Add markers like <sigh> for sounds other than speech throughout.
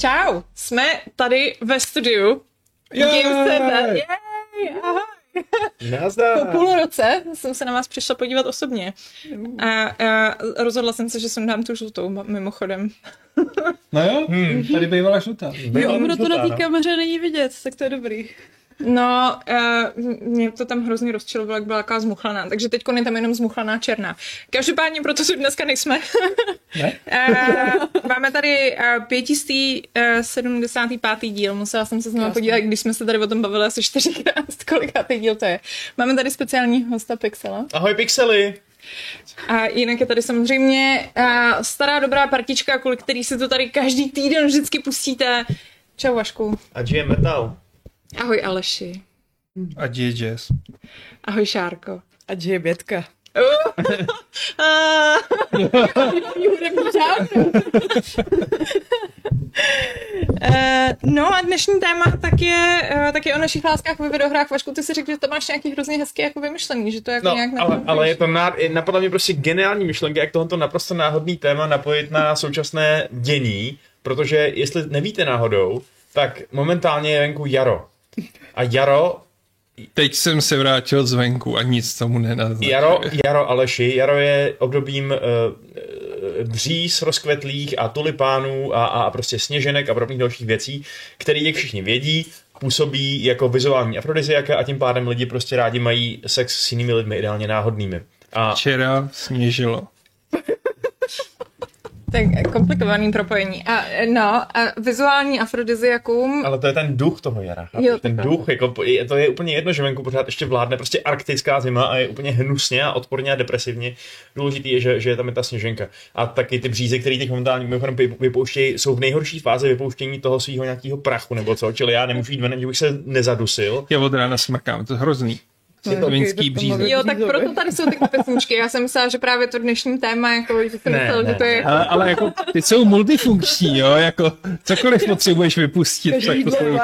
Čau, jsme tady ve studiu. Game Center. Yay, ahoj. Po Nazdar. půl roce jsem se na vás přišla podívat osobně. A, a rozhodla jsem se, že sundám tu žlutou, ma- mimochodem. No jo, hmm. tady bývala žlutá. Byla Jo, ono to žlutá, na té no. kameře není vidět, tak to je dobrý. No, uh, mě to tam hrozně rozčilovalo, jak byla taková zmuchlaná, takže teď je tam jenom zmuchlaná černá. Každopádně proto tu dneska nejsme. <laughs> Ne? Uh, máme tady uh, 575. díl, musela jsem se znovu Krásný. podívat, když jsme se tady o tom bavili asi čtyřikrát, <laughs> kolikátý díl to je. Máme tady speciální hosta Pixela. Ahoj pixely. A jinak je tady samozřejmě uh, stará dobrá partička, kvůli který si to tady každý týden vždycky pustíte. Čau Vašku. A GM Metal. Ahoj Aleši. A je jazz. Ahoj Šárko. A je bětka. Uh, Eh, no a dnešní téma tak je, eh, tak je o našich láskách ve videohrách. Vašku, ty si řekl, že to máš nějaký hrozně hezký jako vymyšlený, že to jako No, nějak... ale, naprogramováš. ale je to ná, je- napadla mě prostě geniální myšlenka, jak tohoto naprosto náhodný téma napojit na současné dění, protože jestli nevíte náhodou, tak momentálně je venku jaro. A jaro, Teď jsem se vrátil zvenku a nic tomu nenaznačuje. jaro, jaro Aleši, jaro je obdobím eh, eh, bříz rozkvetlých a tulipánů a, a prostě sněženek a podobných dalších věcí, které, jak všichni vědí, působí jako vizuální afrodiziaka a tím pádem lidi prostě rádi mají sex s jinými lidmi, ideálně náhodnými. A Včera sněžilo. Tak eh, komplikovaný propojení. A, eh, no, a vizuální afrodiziakum... Ale to je ten duch toho jara. chápeš? Jo, ten tak duch, jako, po- je- to je úplně jedno, že venku pořád ještě vládne prostě arktická zima a je úplně hnusně a odporně a depresivně. Důležitý je, že, že je tam je ta sněženka. A taky ty bříze, které těch momentálně mimochodem vyp- vypouštějí, jsou v nejhorší fázi vypouštění toho svého nějakého prachu nebo co, čili já nemůžu jít ven, že bych se nezadusil. Já od rána smakám, to je hrozný. Je No, to vinský břízek. Jo, tak proto tady jsou <laughs> ty pesničky. Já jsem myslela, že právě to dnešní téma, jako, že jsem Ne, myslela, ne, že to je... Ale, ale jako, ty jsou multifunkční, jo, jako cokoliv potřebuješ vypustit, tak to jsou...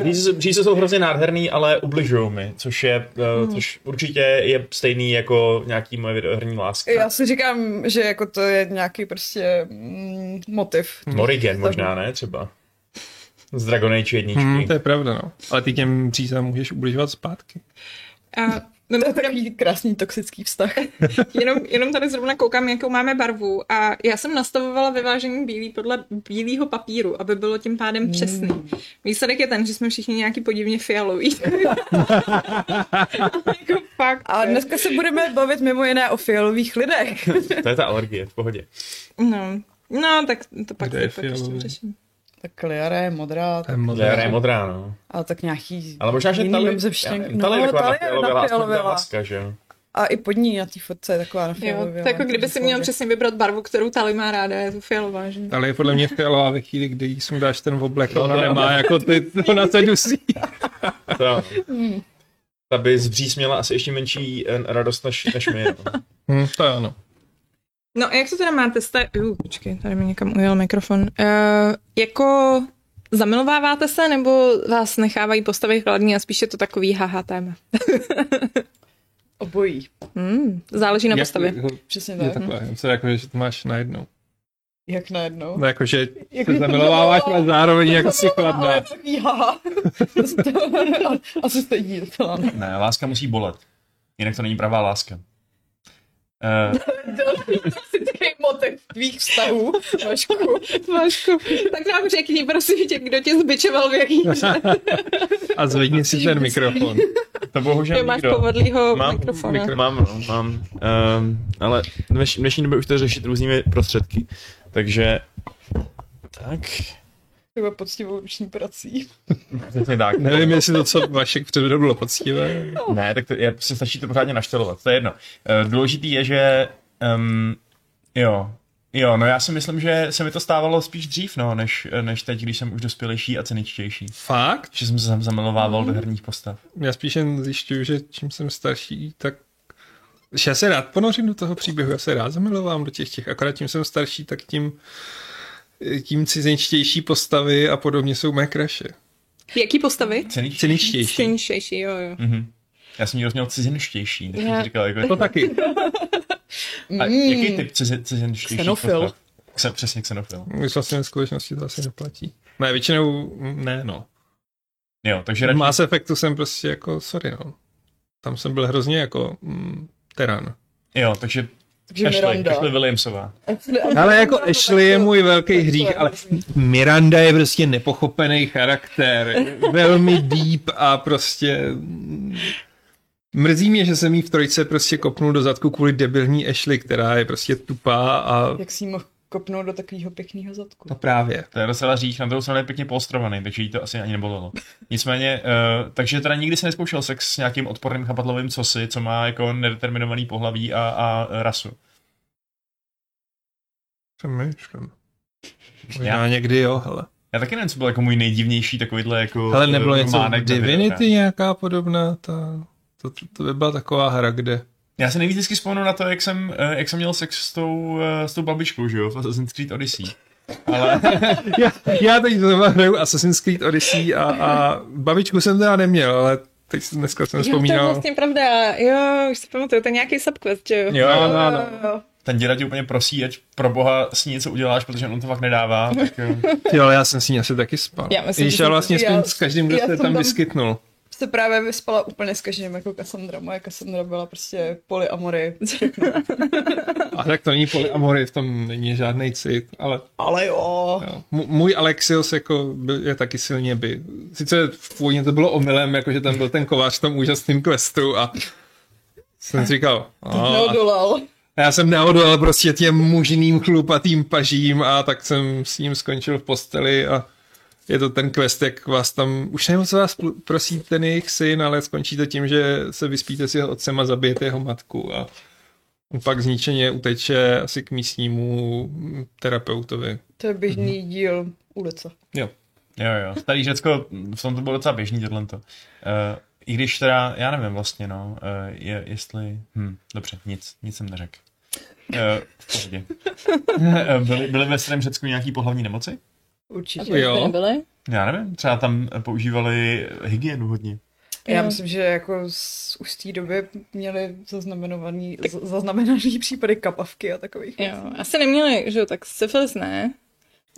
Bříze, bříze jsou hrozně nádherný, ale ubližují mi, což, je, eh, což určitě je stejný jako nějaký moje videohrní láska. Já si říkám, že jako to je nějaký prostě mm, motiv. Morigen možná, ne? Třeba. Z Dragon Age jedničky. Hmm, to je pravda, no. Ale ty těm břízám můžeš ubližovat zpátky. A, To je takový krásný toxický vztah. jenom, jenom tady zrovna koukám, jakou máme barvu. A já jsem nastavovala vyvážení bílý podle bílého papíru, aby bylo tím pádem přesný. Výsledek je ten, že jsme všichni nějaký podivně fialoví. <laughs> jako fakt. A dneska se budeme bavit mimo jiné o fialových lidech. To je ta alergie, v pohodě. No. No, tak to pak, Kde je si pak ještě fialový? řeším. Tak Liara je modrá, To je tak, moc- Léra je modrá, no. ale tak nějaký Ale možná, že jiný Tali, obzevštěn- já nevím, Tali je taková nafialová láska, nafialová. taková láska, že jo. A i pod ní na té fotce je taková Jo, nafialová. to jako kdyby si měl přesně vybrat barvu, kterou Tali má ráda, je to fialová, že? Ale je podle mě fialová ve chvíli, kdy jí sundáš ten oblek, No, ona to je nemá, jako ty, ona se dusí. To, jo. ta by z bříz měla asi ještě menší eh, radost než, než my. No. Hm, to je ano. No a jak to teda máte? Jste... Uh, počkej, tady mi někam ujel mikrofon. Uh, jako zamilováváte se, nebo vás nechávají postavy chladní a spíš je to takový haha téma? Obojí. Hmm, záleží na Jak- postavě. Přesně Je tak. takhle, co je jako, že to máš najednou. Jak najednou. No jako, že Jak se je to zamilováváš, bylo? ale zároveň jako si Ale chladná. takový haha. Asi jste jí docela ne. Ne, láska musí bolet. Jinak to není pravá láska. Uh, Takový motiv tvých vztahů, Vašku. Vašku, tak nám řekni, prosím tě, kdo tě zbičoval v jaký <laughs> A zvedni si ten mikrofon. to bohužel máš nikdo. povodlýho Mám mikrofonu. mikro- Mám, no, mám. Um, ale v dneš- v dnešní době už to řešit různými prostředky. Takže... Tak... Třeba poctivou ruční prací. Přesně tak. Nevím, jestli to, co Vašek předvedl, bylo poctivé. Ne, tak to, je, se stačí to pořádně naštelovat, to je jedno. Eh, Důležitý je, že um, jo, jo, no já si myslím, že se mi to stávalo spíš dřív, no, než, než teď, když jsem už dospělejší a ceničtější. Fakt? Že jsem se zam- zamilovával do herních postav. Já spíš jen zjišťuju, že čím jsem starší, tak že já se rád ponořím do toho příběhu, já se rád zamilovám do těch těch, akorát čím jsem starší, tak tím tím cizinčtější postavy a podobně jsou mé kraše. Jaký postavy? Ceničtější? Ciničtější. Stěnišejší, jo, jo. Mhm. Já jsem někdo měl cizinštější, tak jsem Já- si říkal, jako, To taky. a Hmm, jaký typ cizi, cizinštější Mm. Xenofil. postav? Kse, přesně xenofil. Už vlastně ve skutečnosti to asi neplatí. Ne, většinou ne, no. Jo, V takže radši... Mass Effectu jsem prostě jako, sorry, no. Tam jsem byl hrozně jako mm, terán. Jo, takže Takže Ashley, Miranda. Ashley Williamsová. Ashley- Ale jako Ashley je můj velký to- hřích, ale Miranda je prostě nepochopený charakter. Velmi deep a prostě... mm, Mrzí mě, že jsem jí v trojce prostě kopnul do zadku kvůli debilní Ashley, která je prostě tupá a... Jak si mohl kopnout do takového pěkného zadku. No právě. To je docela řík, na druhou stranu je pěkně poostrovaný, takže jí to asi ani nebolelo. Nicméně, uh, takže teda nikdy se neskoušel sex s nějakým odporným chapadlovým cosi, co má jako nedeterminovaný pohlaví a, a rasu. Přemýšlím. Možná někdy jo, hele. Já taky nevím, co byl jako můj nejdivnější takovýhle jako Hele, nebylo eh, něco v románek na Divinity videohrách. nějaká podobná, ta, to, to, to by byla taková hra, kde... Já se nejvíc vždycky vzpomenu na to, jak jsem, eh, jak jsem měl sex s tou, eh, s tou babičkou, že jo, v Assassin's Creed Odyssey. Ale Já, já teď znovu hraju Assassin's Creed Odyssey a, a babičku jsem teda neměl, ale teď jsem- dneska jsem Jo, to je vzpomínal. vlastně pravda. Jo, už si pamatuju, to je nějaký subquest, že jo? <laughs> Jo, no, no. ten děda ti úplně prosí, ať pro boha s ní něco uděláš, protože on to fakt nedává. Tak, eh, Jo, ale já jsem s ní asi taky spal. Já myslím, Když že já jsem- vlastně já- spím s každým, kdo já se jsem tam tam- vyskytnul. se právě vyspala úplně s každým, jako Cassandra. Moje Cassandra byla prostě polyamory. <laughs> A tak to není polyamory, v tom není žádný cit, ale Ale jo. Jo. M- Můj Alexios jako byl, je taky silně by. Sice v původně to bylo omylem, jakože tam byl ten kovář v tom úžasným questu a jsem si říkal, No, "A, a Neodolal. já jsem neodolal prostě těm mužným chlupatým pažím a tak jsem s ním skončil v posteli a je to ten quest, jak vás tam, už nevím, co vás pl- prosí ten jejich syn, ale skončí to tím, že se vyspíte s jeho otcem a zabijete jeho matku a on pak zničeně uteče asi k místnímu mm, terapeutovi. To je běžný díl ulice. Jo. Jo, jo. Starý Řecko, v tom to bylo docela běžný, tohle to. Uh, I když teda, já nevím vlastně, no, uh, je, jestli... Hm, dobře, nic, nic jsem neřekl. Uh, v pohodě. Eh, byly, byly ve starém Řecku nějaký pohlavní nemoci? Určitě. Asi. Jako Jo. Byly? Já nevím, třeba tam používali hygienu hodně. Já myslím, že jako z, už z té doby měli zaznamenaný, z- zaznamenaný případy kapavky a takových. Jo, asi neměli, že jo, tak syfilis ne,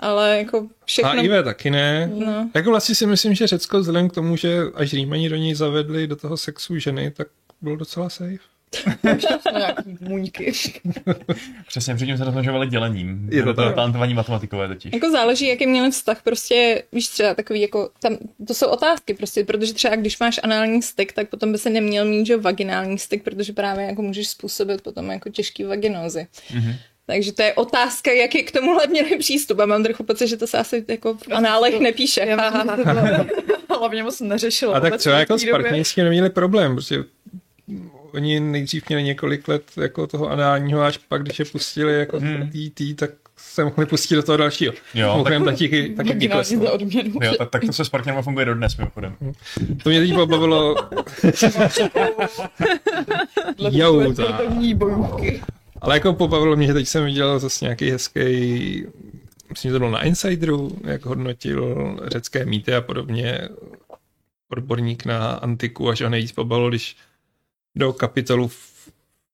ale jako všechno... HIV taky ne. No. Jako vlastně si myslím, že Řecko vzhledem k tomu, že až Římani do něj zavedli do toho sexu ženy, tak bylo docela safe. No, nějaký muňky. Přesně, předtím se rozmnožovali dělením. Je to Bylo tak. talentovaní matematikové totiž. Jako záleží, jaký měli vztah, prostě, víš třeba takový, jako, tam, to jsou otázky prostě, protože třeba když máš anální styk, tak potom by se neměl mít, že vaginální styk, protože právě jako můžeš způsobit potom jako těžký vaginózy. Mhm. Takže to je otázka, jak je k tomuhle měli přístup a mám trochu pocit, že to se asi jako v análech nepíše. Já Ha, ha, <laughs> myslím, <laughs> ha. že to bylo, <laughs> hlavně moc neřešilo. A tak vůbec třeba v jako té s době. partnerství neměli problém, protože oni nejdřív měli několik let jako toho análního, až pak, když je pustili jako Hmm. hmm. TT, tak se mohli pustit do toho dalšího. Jo, tak- Mimochodem, taky, taky Vaginální kleslo. za odměnu. Jo, tak, tak to se s partnerem funguje dodnes, mimochodem. To mě teď <laughs> pobavilo, Dle Jo, tvoje tak. sportovní bojůvky. ale jako pobavilo mě, že teď jsem viděl zase nějaký hezký myslím, že to bylo na Insideru, jak hodnotil řecké mýty a podobně odborník na antiku, až ho nejvíc pobavilo, když do kapitolu v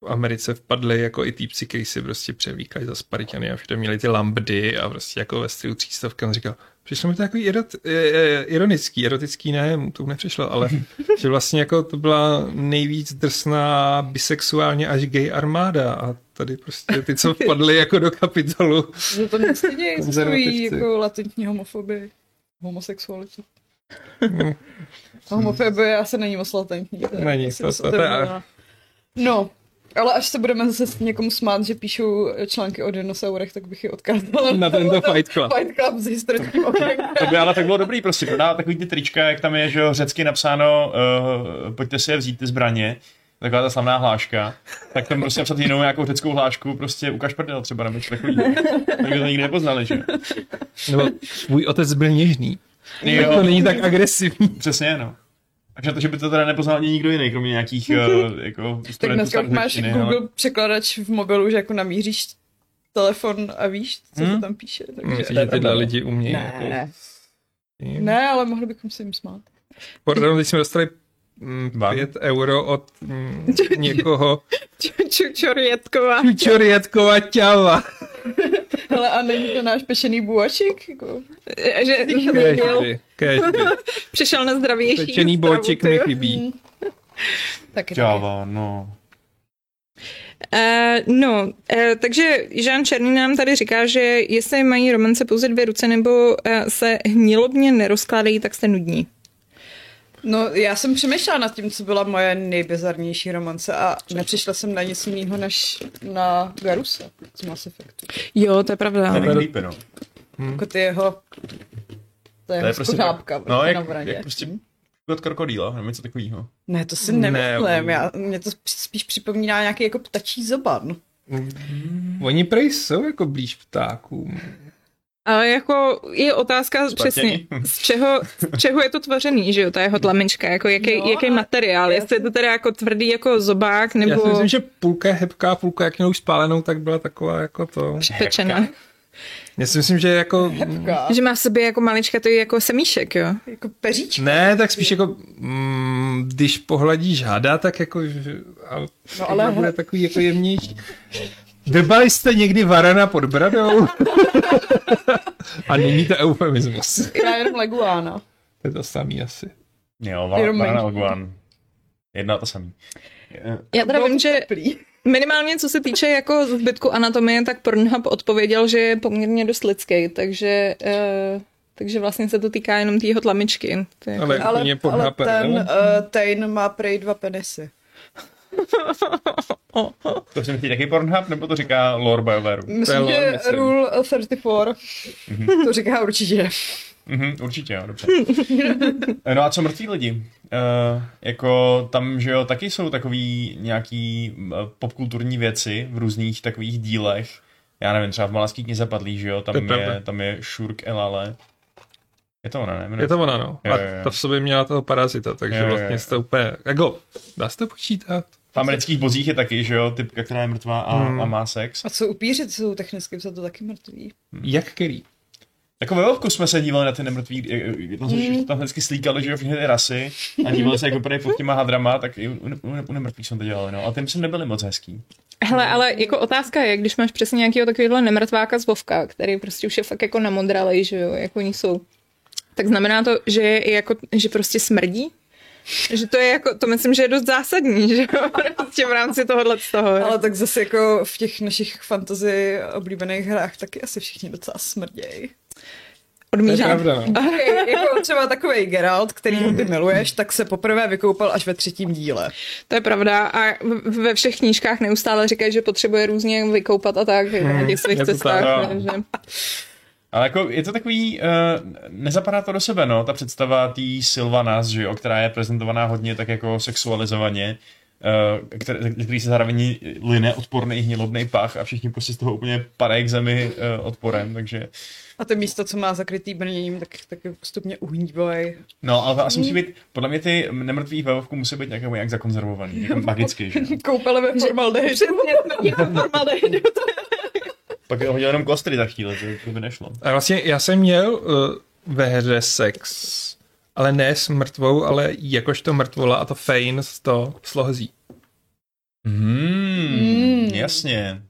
Americe vpadli jako i týpci, kteří si prostě převlíkali za Spartany a všude měli ty lambdy a prostě jako ve stylu třístovky. On říkal, přišlo mi to takový erot, e, e, ironický, erotický, ne, mu to nepřišlo, ale že vlastně jako to byla nejvíc drsná bisexuálně až gay armáda a tady prostě ty, co vpadli jako do kapitolu, Že to nestydí, Konzervativci. existují jako latentní homofobii. Homosexuality. Mm. A homofobie asi není moc latentní. to je Není, asi to- dost to- to je- otevřená. No, ale až se budeme zase někomu smát, že píšou články o dinosaurech, tak bych je odkázala Na tento Fight Club. Fight Club s historickým okénkem. To by ale tak bylo dobrý, prostě prodává takový ty trička, jak tam je, že jo, řecky napsáno, uh, pojďte si je vzít ty zbraně, taková ta slavná hláška, tak tam prostě napsat jinou nějakou řeckou hlášku, prostě ukaž prdel třeba nebo něco takový. Tak by to nikdy nepoznali, že jo. Nebo tvůj otec byl něžný. Tak to jo. není tak agresivní. Přesně, no. Takže to, že by to teda nepoznal ani nikdo jiný, kromě nějakých uh, jako Tak studentů dneska už máš starořečtiny, Google překladač v mobilu, že jako namíříš telefon a víš, Hm? co se tam píše. Takže... Myslím, že tyhle lidi umějí. Ne, ne. Jako, Ne, ale mohli bychom se jim smát. Pardon, teď jsme dostali Vám. 5 euro od mm, někoho. Čučorětková. Čurietková ťava. Hele, a není to náš pečený buačik? Jako, Že Každý, každý. přišel na zdravější. Pečený stravu, bočik ty mi jo. chybí. taky to. Java, no. Eh, no, eh, takže Žán Černý nám tady říká, že jestli mají romance pouze dvě ruce nebo eh, se hnilobně nerozkládají, tak jste nudní. No, já jsem přemýšlela nad tím, co byla moje nejbizarnější romance a nepřišla jsem na nic jiného než na Garusa z Mass Effectu. Jo, to je pravda. Ten je creepy, no. Jako ty jeho... To je, To jeho je prostě skořápka tak, no, prostě na jak, vraně. jak prostě od krokodýla, nebo něco takového. Ne, to si nemyslím. Já, mě to spíš připomíná nějaký jako ptačí zoban. Hmm. Oni prej jsou jako blíž ptákům. Ale jako je otázka Splatnění. přesně, z čeho, z čeho je to tvořený, že jo, ta jeho tlamička, jako jaký, No, no, jaký ale materiál, já jestli je to teda jako tvrdý jako zobák, nebo Já si myslím, že půlka je hebká, půlka jak měl už spálenou, tak byla taková jako to. přepečená. Já si myslím, že jako... Hepka. Že má v sobě jako malička, to je jako semíšek, jo. Jako peříčka. Ne, tak spíš jako, mm, když pohladíš hada, tak jako, že- a, no, ale- ale bude takový jako jemnější. Drbali jste někdy varana pod bradou? a není to eufemismus. Hmm. <laughs> Já jenom leguána. To je to samý asi. Jo, Iron Man. Varana Oguan. Jedna a to samý. Eh, Já teda Bylo vím, to že teplý. minimálně co se týče jako zbytku anatomie, tak Pornhub odpověděl, že je poměrně dost lidský, takže, eh, takže vlastně se to týká jenom té jeho tlamičky. To je jako... Ale, ale, Ale, mě ale podhápe, ten no? uh, Tain má prej dva penisy. To jsem chtěl taky Pornhub, nebo to říká lore BioWareu? Myslím, lol, že myslím. Rule 34 to říká určitě. Mhm, určitě, jo, dobře. No a co mrtví lidi? Uh, jako tam, že jo, taky jsou takový nějaký mm, popkulturní věci v různých takových dílech. Já nevím, třeba v Malaský knize padlý, že jo, To je tam pravda. je, tam je Šurk Elale. Je to ona, ne? Jmenuje Je se- to ona, no. Jo, jo, jo. A ta v sobě měla toho parazita, takže Jo, jo, jo. vlastně jste úplně, jako, dá se to počítat? V amerických bozích je taky, že jo, typka, která je mrtvá a, Hmm. a má sex. A co upíři jsou technicky za to taky mrtví. Jak který? Jako ve Vovku jsme se dívali na ty nemrtví, eh, eh, tam, mm. tam vždycky slíkali, že jo, všechny ty rasy a dívali se, jak vypadají pod těma hadrama, tak i u, u, u nemrtvých jsme to dělali, no. A ty myslím nebyly moc hezký. Hele, ale jako otázka je, když máš přesně nějakého takového nemrtváka z Vovka, který prostě už je fakt jako namodralej, že jo, jako oni jsou. Tak znamená to, že je jako, že prostě smrdí? Že to je jako, to myslím, že je dost zásadní, že jo, <laughs> prostě v rámci tohohle z toho. Ale tak zase jako v těch našich fantasy oblíbených hrách taky asi všichni docela smrdějí. To je Odmířám. pravda, no. Okay, jako třeba takový Geralt, který ty miluješ, tak se poprvé vykoupal až ve třetím díle. To je pravda a v- ve všech knížkách neustále říkají, že potřebuje různě vykoupat a tak jako Hmm. na těch svých je to cestách. tak, ne, no. že- Ale jako je to takový, uh, nezapadá to do sebe, no, ta představa tý Silvanas, že jo, která je prezentovaná hodně tak jako sexualizovaně, uh, který, který se zároveň line odporný hnilobný pach a všichni prostě z toho úplně padají k zemi uh, odporem, takže... A to místo, co má zakrytý brněním, tak, tak postupně uhnívají. No, ale to asi musí být, podle mě ty nemrtví ve Vovku musí být nějak, nějak zakonzervovaný, jako magicky, že <laughs> jo. Koupele ve formaldehydu. <laughs> Pak je hodil jenom kostry za chvíli, to, to by nešlo. A vlastně já jsem měl uh, ve hře sex, ale ne s mrtvou, ale jakožto mrtvola a to Fein z to slohzí. Hmm, Mm. jasně.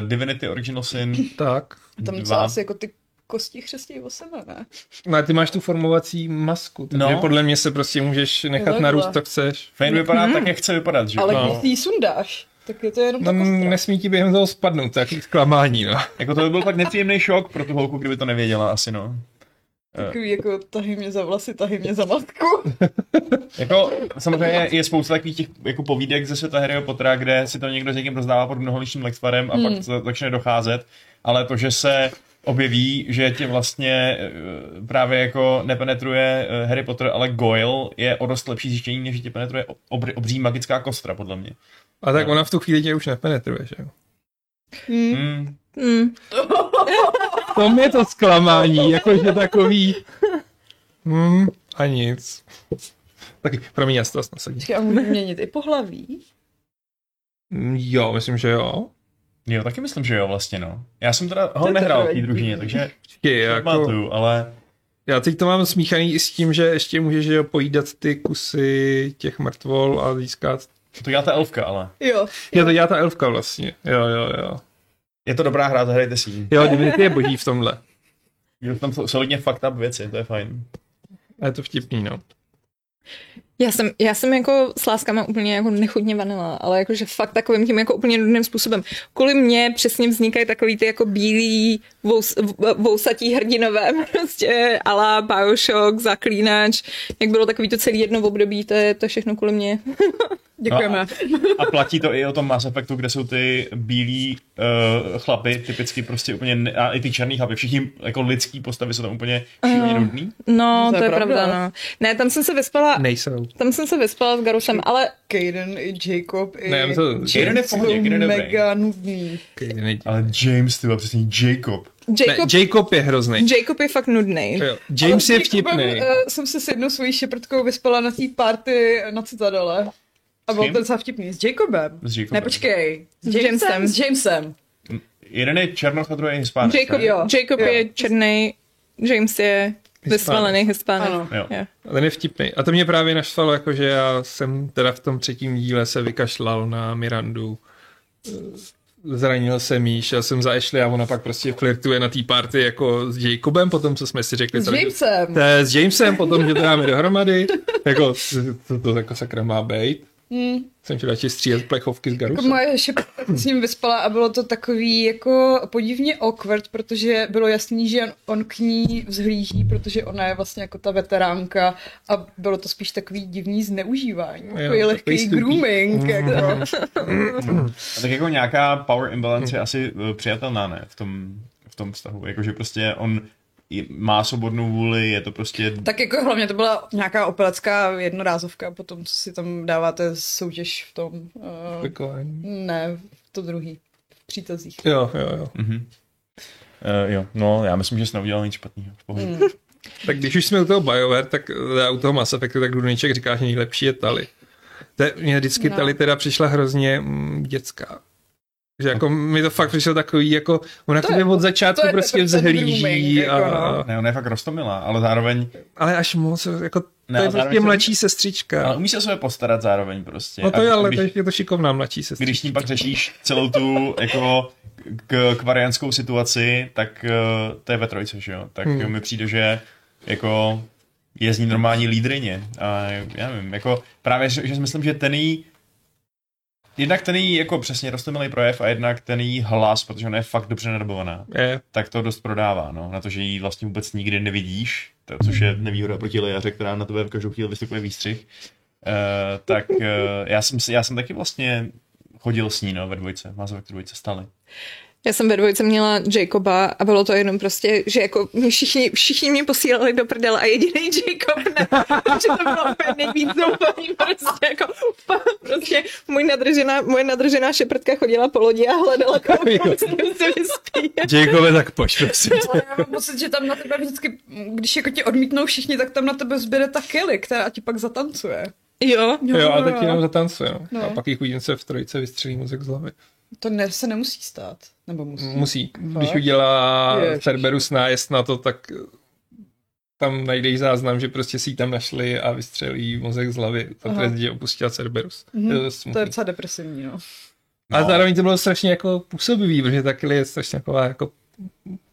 Uh, Divinity Original <laughs> Sin Tak. Tam co Dva. asi jako ty kosti chřestějí o sebe, ne? No a ty máš tu formovací masku, takže No. no. podle mě se prostě můžeš nechat Takhle. narůst, co chceš. Fane vypadá tak, jak chce vypadat, že jo? Mhm. Ale No. když si ji sundáš, tak je to prostě. jenom ta No, kostra. nesmí ti během toho spadnout, tak zklamání, no. Jako to by byl pak nepříjemný šok pro tu holku, kdyby to nevěděla asi, no. Takový jako tahy mě za vlasy, tahy mě za matku. Jako samozřejmě je spousta takových těch jako povídek ze světa Harryho Pottera, kde si to někdo s někým rozdává pod mnoholičným lektvarem a Hmm. pak to začne docházet, ale to, že se objeví, že tě vlastně eh, právě jako nepenetruje eh, Harry Potter, ale Goyle je o dost lepší zjištění, než že tě penetruje obr- obří magická kostra, podle mě. A tak ona v tu chvíli tě už nepenetruje, že jo. Hmm. Mm. Mm. To je to zklamání, jakože takový... Hmm, a nic. Taky, promiň, já si to asi nasadím. Počkej, a můžu měnit i pohlaví. Mm, Jo, myslím, že jo. Jo, taky myslím, že jo, vlastně, no. Já jsem teda To ho je nehrál v té zajímavý. družině, takže Je, jako... pamatuju, ale Já teď to mám smíchaný i s tím, že ještě můžeš že jo, pojídat ty kusy těch mrtvol a získat... to dělá ta elfka, ale. Jo. Já to dělá ta elfka vlastně. Jo, jo, jo. Je to dobrá hra, zahrajte si ji. Jo, Divinity je boží v tomhle. Jsou Tam jsou solidně fucked up věci, to je fajn. A je to vtipný, no. Já jsem, já jsem jako s láskama úplně jako nechutně vanila, ale jakože fakt takovým tím jako úplně nudným způsobem. Kvůli mně přesně vznikají takový ty jako bílí vous, v- vousatí hrdinové, <laughs> prostě ala Bioshock, Zaklínač, jak bylo takový to celý jedno období, to je to je všechno kvůli mně. Děkujeme. No A platí to i o tom Mass Effectu, kde jsou ty bílí uh, chlapy, typicky prostě úplně, ne, a i ty černý chlapy, všichni jako lidský postavy jsou tam úplně šíleně nudný. No, To to, je je pravda, pravda. no. Ne, tam jsem se vyspala, Nejsou. tam jsem se vyspala s Garusem, ale Kaden i Jacob i... Ne, já to... Jeden je v pohodě, jeden je dobrý. mega nudný. Jeden je- Ale James, ty byl přesně Jacob. Ne, Jacob, Jacob je hrozný. Jacob je fakt nudný. Jo, James Ale je s Jacobem, vtipný. eh, jsem se s jednou svojí šeprtkou vyspala na té party na Citadele. A S bylo kým? to docela vtipný. S Jacobem. S Jacobem. Ne, počkej. S S Jamesem. Jamesem. S Jamesem. Jeden je černoch a druhý je hispánek. Jacob, ne? Jo, Jacob jo. je černý, James je vysvalený hispánek. Ano. Jo. Jo. Ten je vtipný. A to mě právě naštvalo, jakože já jsem teda v tom třetím díle se vykašlal na Mirandu. Eh, Zranil jsem jí, šel jsem za Ashley a ona pak prostě flirtuje na té party jako s Jacobem, potom co jsme si řekli. S tady, že- Jamesem. To je s Jamesem, potom, že to dáme dohromady. Jako, to, to jako sakra má být. Hmm. Jsem chtěl radši střílet plechovky z Jako Garusem. moje šeprtka s ním vyspala a bylo to takový jako podivně awkward, protože bylo jasný, že on, on k ní vzhlíží, protože ona je vlastně jako ta veteránka a bylo to spíš takový divný zneužívání. Takový takový lehký stupí. grooming. Jako. A tak jako nějaká power imbalance je asi eh, přijatelná, ne? V tom, v tom vztahu. Jakože prostě on i- má svobodnou vůli, je to prostě... Tak jako hlavně to byla nějaká opelecká jednorázovka po tom, co si tam dáváte soutěž v tom, uh, Takování. ne, v to druhý, v přítazích. Jako, Jo, jo, jo. Mhm. Uh, jo, no, já myslím, že jsi neudělal nic špatného. V Hmm. pohodě. Tak když už jsme u toho BioWare, tak eh, u toho Mass Effectu, tak Dudniček říká, že nejlepší je Tali. To je- Mně vždycky No. no. Tali teda přišla hrozně mm, dětská. Že jako mi to fakt přišlo takový, jako ona To to je- od začátku to je prostě ten- ten grooming, vzhlíží. jako A, no. Ne, ona je fakt roztomilá, ale zároveň... ale až moc, jako ne, Ne, to ale je zároveň prostě se- mladší sestřička. Ale umí se o sebe postarat zároveň prostě. no to A je, ale když, to je- je to šikovná mladší sestřička. když s ní pak řešíš celou tu jako k, kvarianskou situaci, tak eh, to je ve trojce, že jo? Tak Hmm. mi přijde, že jako je z ní normální lídrině. A já nevím, jako právě, že, že si myslím, že ten jí Jednak ten jí jako přesně rostomilý projev a jednak ten jí hlas, protože ona je fakt dobře nadobovaná, Je, tak to dost prodává, no, na to, že ji vlastně vůbec nikdy nevidíš, to, což je nevýhoda proti Lejaře, která na tebe v každou chvíli vystupuje výstřih, uh, tak uh, já, jsem, si- já jsem taky vlastně chodil s ní, no, ve dvojce, Mass Effect dvojce stále. Já jsem ve dvojce měla Jacoba a bylo to jenom prostě, že jako mě všichni, všichni mě posílali do prdele a jediný Jacob ne. <laughs> Takže to bylo úplně nejvíc zoufalý, prostě jako <laughs> prostě můj nadržená, moje nadržená šeprtka chodila po lodi a hledala koho prostě se vyspí. Jacobe, tak pojď, prosím. Ale já mám pocit, že tam na tebe vždycky, když jako tě odmítnou všichni, tak tam na tebe zběre ta Kelly, která ti pak zatancuje. Jo, Jo, a teď jenom zatancuje, no. No. no. A pak jich jedince v trojice vystřelí mozek z hlavy. To ne, se nemusí stát. Nebo musí. Musí. Když Fakt? udělá Ježiš. Cerberus nájezd na to, tak tam najdeš záznam, že prostě si ji tam našli a vystřelí mozek z hlavy. Ta Aha. trest, že opustila Cerberus. Mhm, Je to dost To je smutný. docela depresivní, no. A zároveň to bylo strašně jako působivý, protože ta Killy je strašně taková jako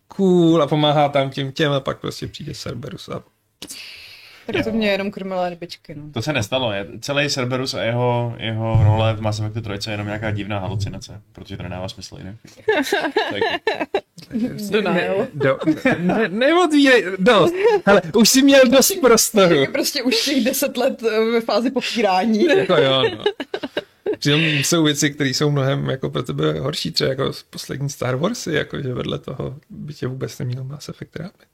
cool a pomáhá tam těm těm a pak prostě přijde Cerberus a Tak to mě jenom krmila rybičky, no. To se nestalo, je, celý Cerberus a jeho, jeho role v Mass Effectu trojce je jenom nějaká divná halucinace, protože to nedává smysl jinak. tak, Denial. do, ne, neodvírej, dost, ale už jsi měl dost prostoru. Prostě už těch deset let eh, ve fázi popírání. Jako jo, no. Přitom jsou věci, které jsou mnohem jako pro tebe horší, třeba jako poslední Star Warsy, jako že vedle toho by tě vůbec neměl Mass Effect rápit.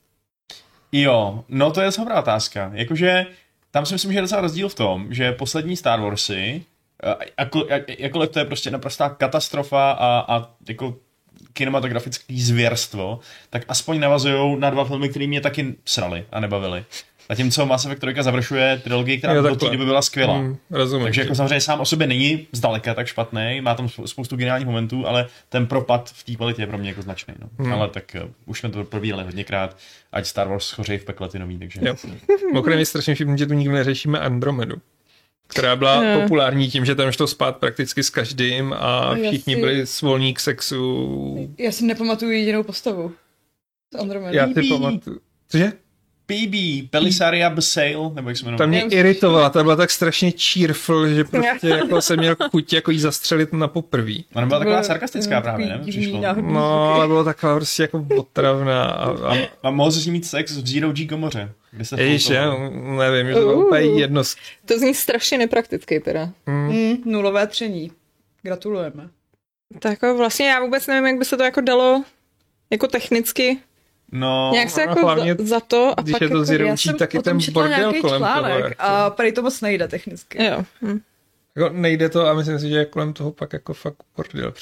Jo, no to je dobrá otázka. Jakože tam si myslím, že je docela rozdíl v tom, že poslední Star Warsy, a- jako- a- jakkoliv to je prostě naprostá katastrofa a, a jako kinematografický zvěrstvo, tak aspoň navazují na dva filmy, které mě taky srali a nebavili. Zatímco Mass Effect 3 završuje trilogii, která Jo, Mm. do té takhle. doby byla skvělá. Hmm, rozumím. No. Takže jako samozřejmě sám o sobě není zdaleka tak špatný, má tam spou- spoustu geniálních momentů, ale ten propad v té kvalitě je pro mě jako značný. No. Hmm. Ale tak eh, už jsme to probírali hodněkrát, ať Star Wars schoří v pekle ty nový, takže Jo. Mokre je strašně vtipný, že tu nikdy neřešíme Andromedu. která byla Ne. populární tím, že tam šlo spát prakticky s každým a No, všichni jasně. byli svolní k sexu. Já si nepamatuju jedinou postavu. Z Andromedy. Já si Pípí. pamatuju. Cože? PB, Belisaria Besail, nebo jak se jmenuje? Ta mě Já už- iritovala, ta byla tak strašně cheerful, že <laughs> prostě jako jsem měl chuť jako jí zastřelit na poprví. Ona byla taková Byl- sarkastická byl právě, ne? takový divný Přišlo. náhodný No, zvuk. ale byla taková prostě jako otravná a, a A mohl jsi mít sex v Zero G komoře. Kde se Ježíš, já spolu- nevím, že to bylo Uh. úplně jedno. s- To zní strašně neprakticky teda. Mm, nulové tření. Gratulujeme. Tak jo, vlastně já vůbec nevím, jak by se to jako dalo jako technicky. No, Nějak se a jako hlavně, za, za to a když pak je to jako, zjed- Zero Já G, jsem tak je o tom ten četla bordel nějaký kolem toho, článek jako. A tady to moc nejde technicky. Jo. hm. jako nejde to a myslím si, že je kolem toho pak jako fakt bordel.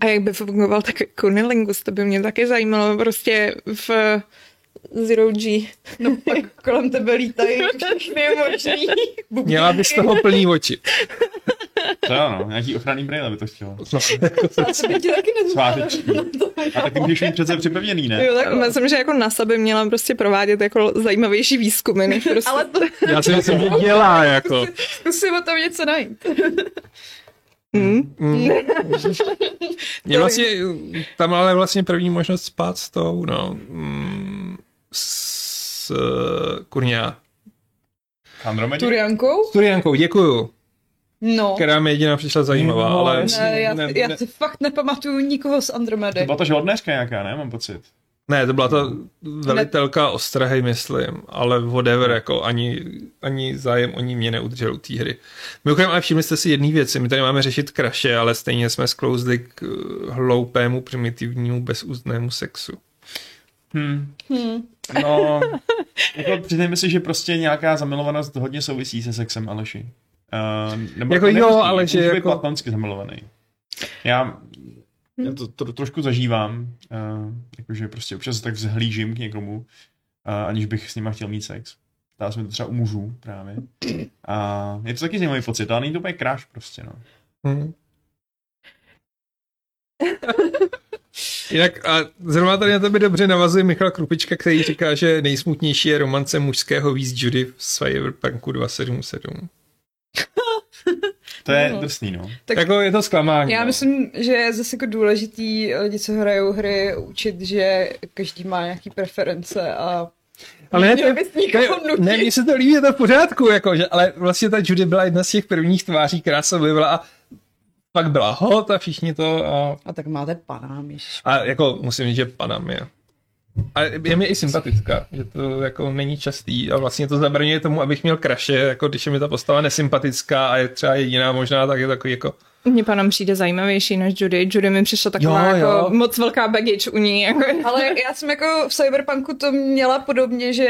A jak by fungoval tak Kunilingus, to by mě taky zajímalo prostě v Zero G. No pak kolem tebe lítají všechny možný. Měla bys toho plný oči. to jo, no, nějaký ochranný brýle by to chtělo. No, A to by ti taky nezvládlo. Svářečtí. No <laughs> to- A taky můžeš mít přece připevněný, ne? Jo, no, Tak takhle. myslím, že jako NASA by měla prostě provádět jako zajímavější výzkumy, než prostě... Ale to já si myslím, že dělá jako. zkusím o tom něco najít. hm? Mm. Je vlastně, tam ale vlastně první možnost spát s tou, no, mm, s kurňa. Andromedě? Turiankou? S Turiankou, děkuju, No. která mi jediná přišla zajímavá, No, ale... Ne, já, ne, si- já si fakt nepamatuju nikoho z To Andromedy. byla ta žoldnéřka nějaká, ne? Mám pocit. Ne, to byla ta No. velitelka ostrahy, myslím, ale whatever, jako ani, ani zájem o ní mě neudržel u té hry. Mimochodem, ale všimli jste si jedné věci, my tady máme řešit kraše, ale stejně jsme sklouzli k eh, hloupému, primitivnímu, bezúznému sexu. Hm. Hmm. No, jako přiznejme si, že prostě nějaká zamilovanost hodně souvisí se sexem, Aleši. Uh, nebo Jako to jo, nemusí, ale můžeš že být jako- platonsky zamilovaný. Já, já to, to trošku zažívám, uh, jakože prostě občas tak vzhlížím k někomu, uh, aniž bych s nima chtěl mít sex. Dá se mi to třeba u mužů právě. A je to taky zajímavý pocit, ale není to úplně kráš prostě, no. Hm. Jinak a zrovna tady na tebe dobře navazuje Michal Krupička, který říká, že nejsmutnější je romance mužského víc Judy v Cyberpunku 277. To je No. drsný, no. Tak- jako je to zklamání. Já no. myslím, že je zase jako důležitý lidi, co hrajou hry, učit, že každý má nějaký preference a Ale ne, Neměl to- bys nikoho to je- nutit. Jako ne, mně se to líbí, je to v pořádku, jako, že, ale vlastně ta Judy byla jedna z těch prvních tváří, která se objevila a pak byla hot a všichni to a, A tak máte panám, ježiš. a jako musím říct, že panam je. A je mi i sympatická, že to jako není častý a vlastně to zabraňuje tomu, abych měl kraše, jako když je mi ta postava nesympatická a je třeba jediná možná, tak je takový jako Mně panam přijde zajímavější než Judy. Judy mi přišla taková Jo, jo, jo. jo. jako moc velká baggage u ní. Jako. Ale já jsem jako v Cyberpunku to měla podobně, že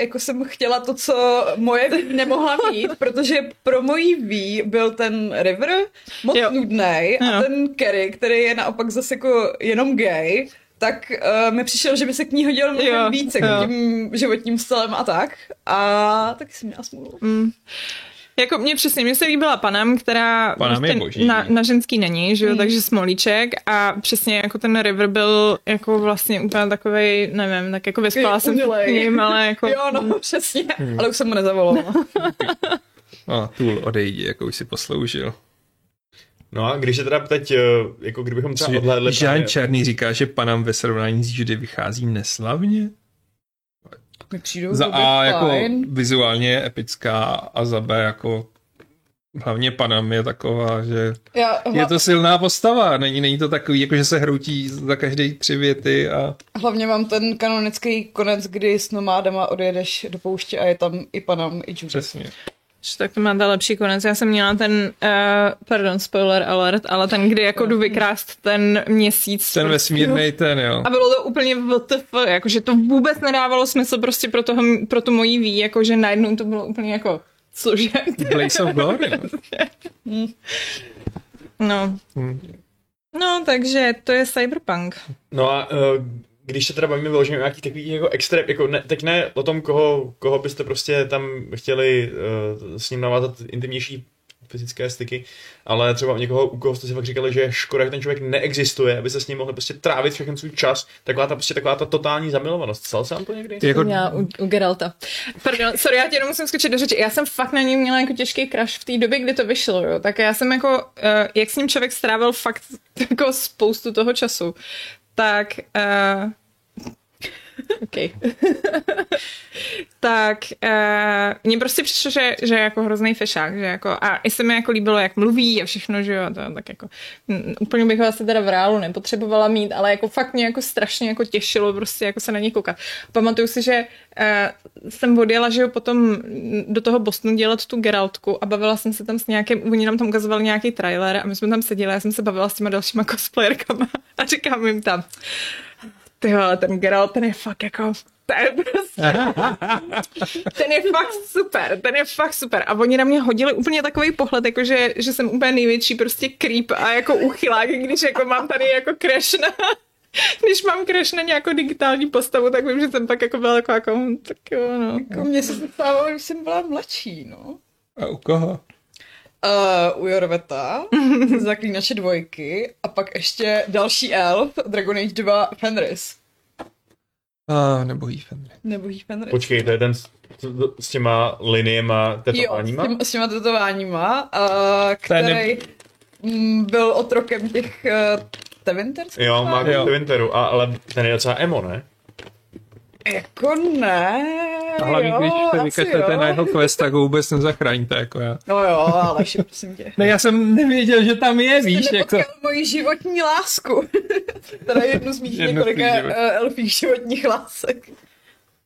jako jsem chtěla to, co moje Wii nemohla mít, protože pro mojí Wii byl ten River moc Jo. nudnej a Jo. ten Kerry, který je naopak zase jako jenom gay, tak uh, mi přišel, že by se k ní hodil mnohem Jo, více k jo. tím životním stylem a tak. A tak jsem měla smůlu. Jako mě přesně, mně se líbila Panam, která prostě Panam je boží. na, na, ženský není, Hmm. že jo, takže smolíček a přesně jako ten River byl jako vlastně úplně takovej, nevím, tak jako vyspala jsem se s unilej. ním, ale jako... <laughs> Jo, no, přesně. Ale už jsem mu nezavolala. a tůl odejdi, jako už si posloužil. No a když se teda teď, eh, jako kdybychom třeba odhlédli... Žán právě- Černý říká, že panam ve srovnání s Judy vychází neslavně. Mi přijdou Za A jako fajn. vizuálně epická a za B jako hlavně Panam je taková, že Já, je hla, to silná postava, není, není to takový, jako že se hroutí za každý tři věty a Hlavně mám ten kanonický konec, kdy s nomádama odjedeš do pouště a je tam i panam, i Judy. přesně. Že Tak to máte lepší konec. Já jsem měla ten, uh, pardon, spoiler alert, ale ten, kdy jako jdu vykrást ten měsíc. Prostě- Ten vesmírný ten, jo. A bylo to úplně vtf, jakože jako to vůbec nedávalo smysl prostě pro, toho, pro tu mojí ví, jakože najednou to bylo úplně jako, cože? Blaze of Glory. <laughs> No. No. Hm. No, takže to je cyberpunk. No a eh, když se teda bavíme vyloženě o nějakých takových jako extrém, jako ne, teď ne o tom, koho, koho byste prostě tam chtěli eh, s ním navázat intimnější fyzické styky, ale třeba u někoho, u koho jste si fakt říkali, že je škoda, že ten člověk neexistuje, aby se s ním mohli prostě trávit všechen svůj čas, taková ta, prostě taková ta totální zamilovanost. Stal se vám to někdy? Ty jako, Jako... Měla u, u Geralta. Pardon, sorry, já tě jenom musím skočit do řeči. Já jsem fakt na něj měla jako těžký crash v té době, kdy to vyšlo, jo. Tak já jsem jako, eh, jak s ním člověk strávil fakt jako spoustu toho času, tak... Uh, <laughs> OK. tak uh, mně prostě přišlo, že, že je jako hrozný fešák, že jako, a i se mi jako líbilo, jak mluví a všechno, že jo, to, tak jako, mm, úplně bych ho asi teda v reálu nepotřebovala mít, ale jako fakt mě jako strašně jako těšilo prostě jako se na ně koukat. Pamatuju si, že uh, jsem odjela, že jo, potom mm, do toho Bostonu dělat tu Geraltku a bavila jsem se tam s nějakým, oni nám tam ukazovali nějaký trailer a my jsme tam seděli, já jsem se bavila s těma dalšíma cosplayerkama <laughs> a říkám jim tam, ty vole, ten Geralt, ten je fakt jako, to je prostě, ten je fakt super, ten je fakt super. A oni na mě hodili úplně takový pohled, jako že, že jsem úplně největší prostě creep a jako uchylák, když jako mám tady jako crash na, <laughs> když mám crash na nějakou digitální postavu, tak vím, že jsem tak jako byla jako, jako hm, tak jo, no. Jako mě se to stávalo, když jsem byla mladší, no. a u koho? Uh, <laughs> u Jorveta, z Zaklínače dvojky a pak ještě další elf, Dragon Age 2 Fenris. A nebo jí Fenry. Nebo jí Fenris. Počkej, to je jeden s, s těma liniema, tetováníma? s, těma, s těma tetováníma, uh, který mm, byl otrokem těch uh, Tevinters? Jo, má Jo. Winteru, a, ale ten je docela emo, ne? Jako ne, A hlavně, jo, když se asi vykašlete jo. na jeho quest, tak ho vůbec nezachráníte, jako já. No jo, ale prosím tě. Ne, já jsem nevěděl, že tam je, víš, Víš, jako... nepotkal jako... moji životní lásku. <laughs> teda jednu z mých Jednu z několika tvých život- eh, elfích životních lásek.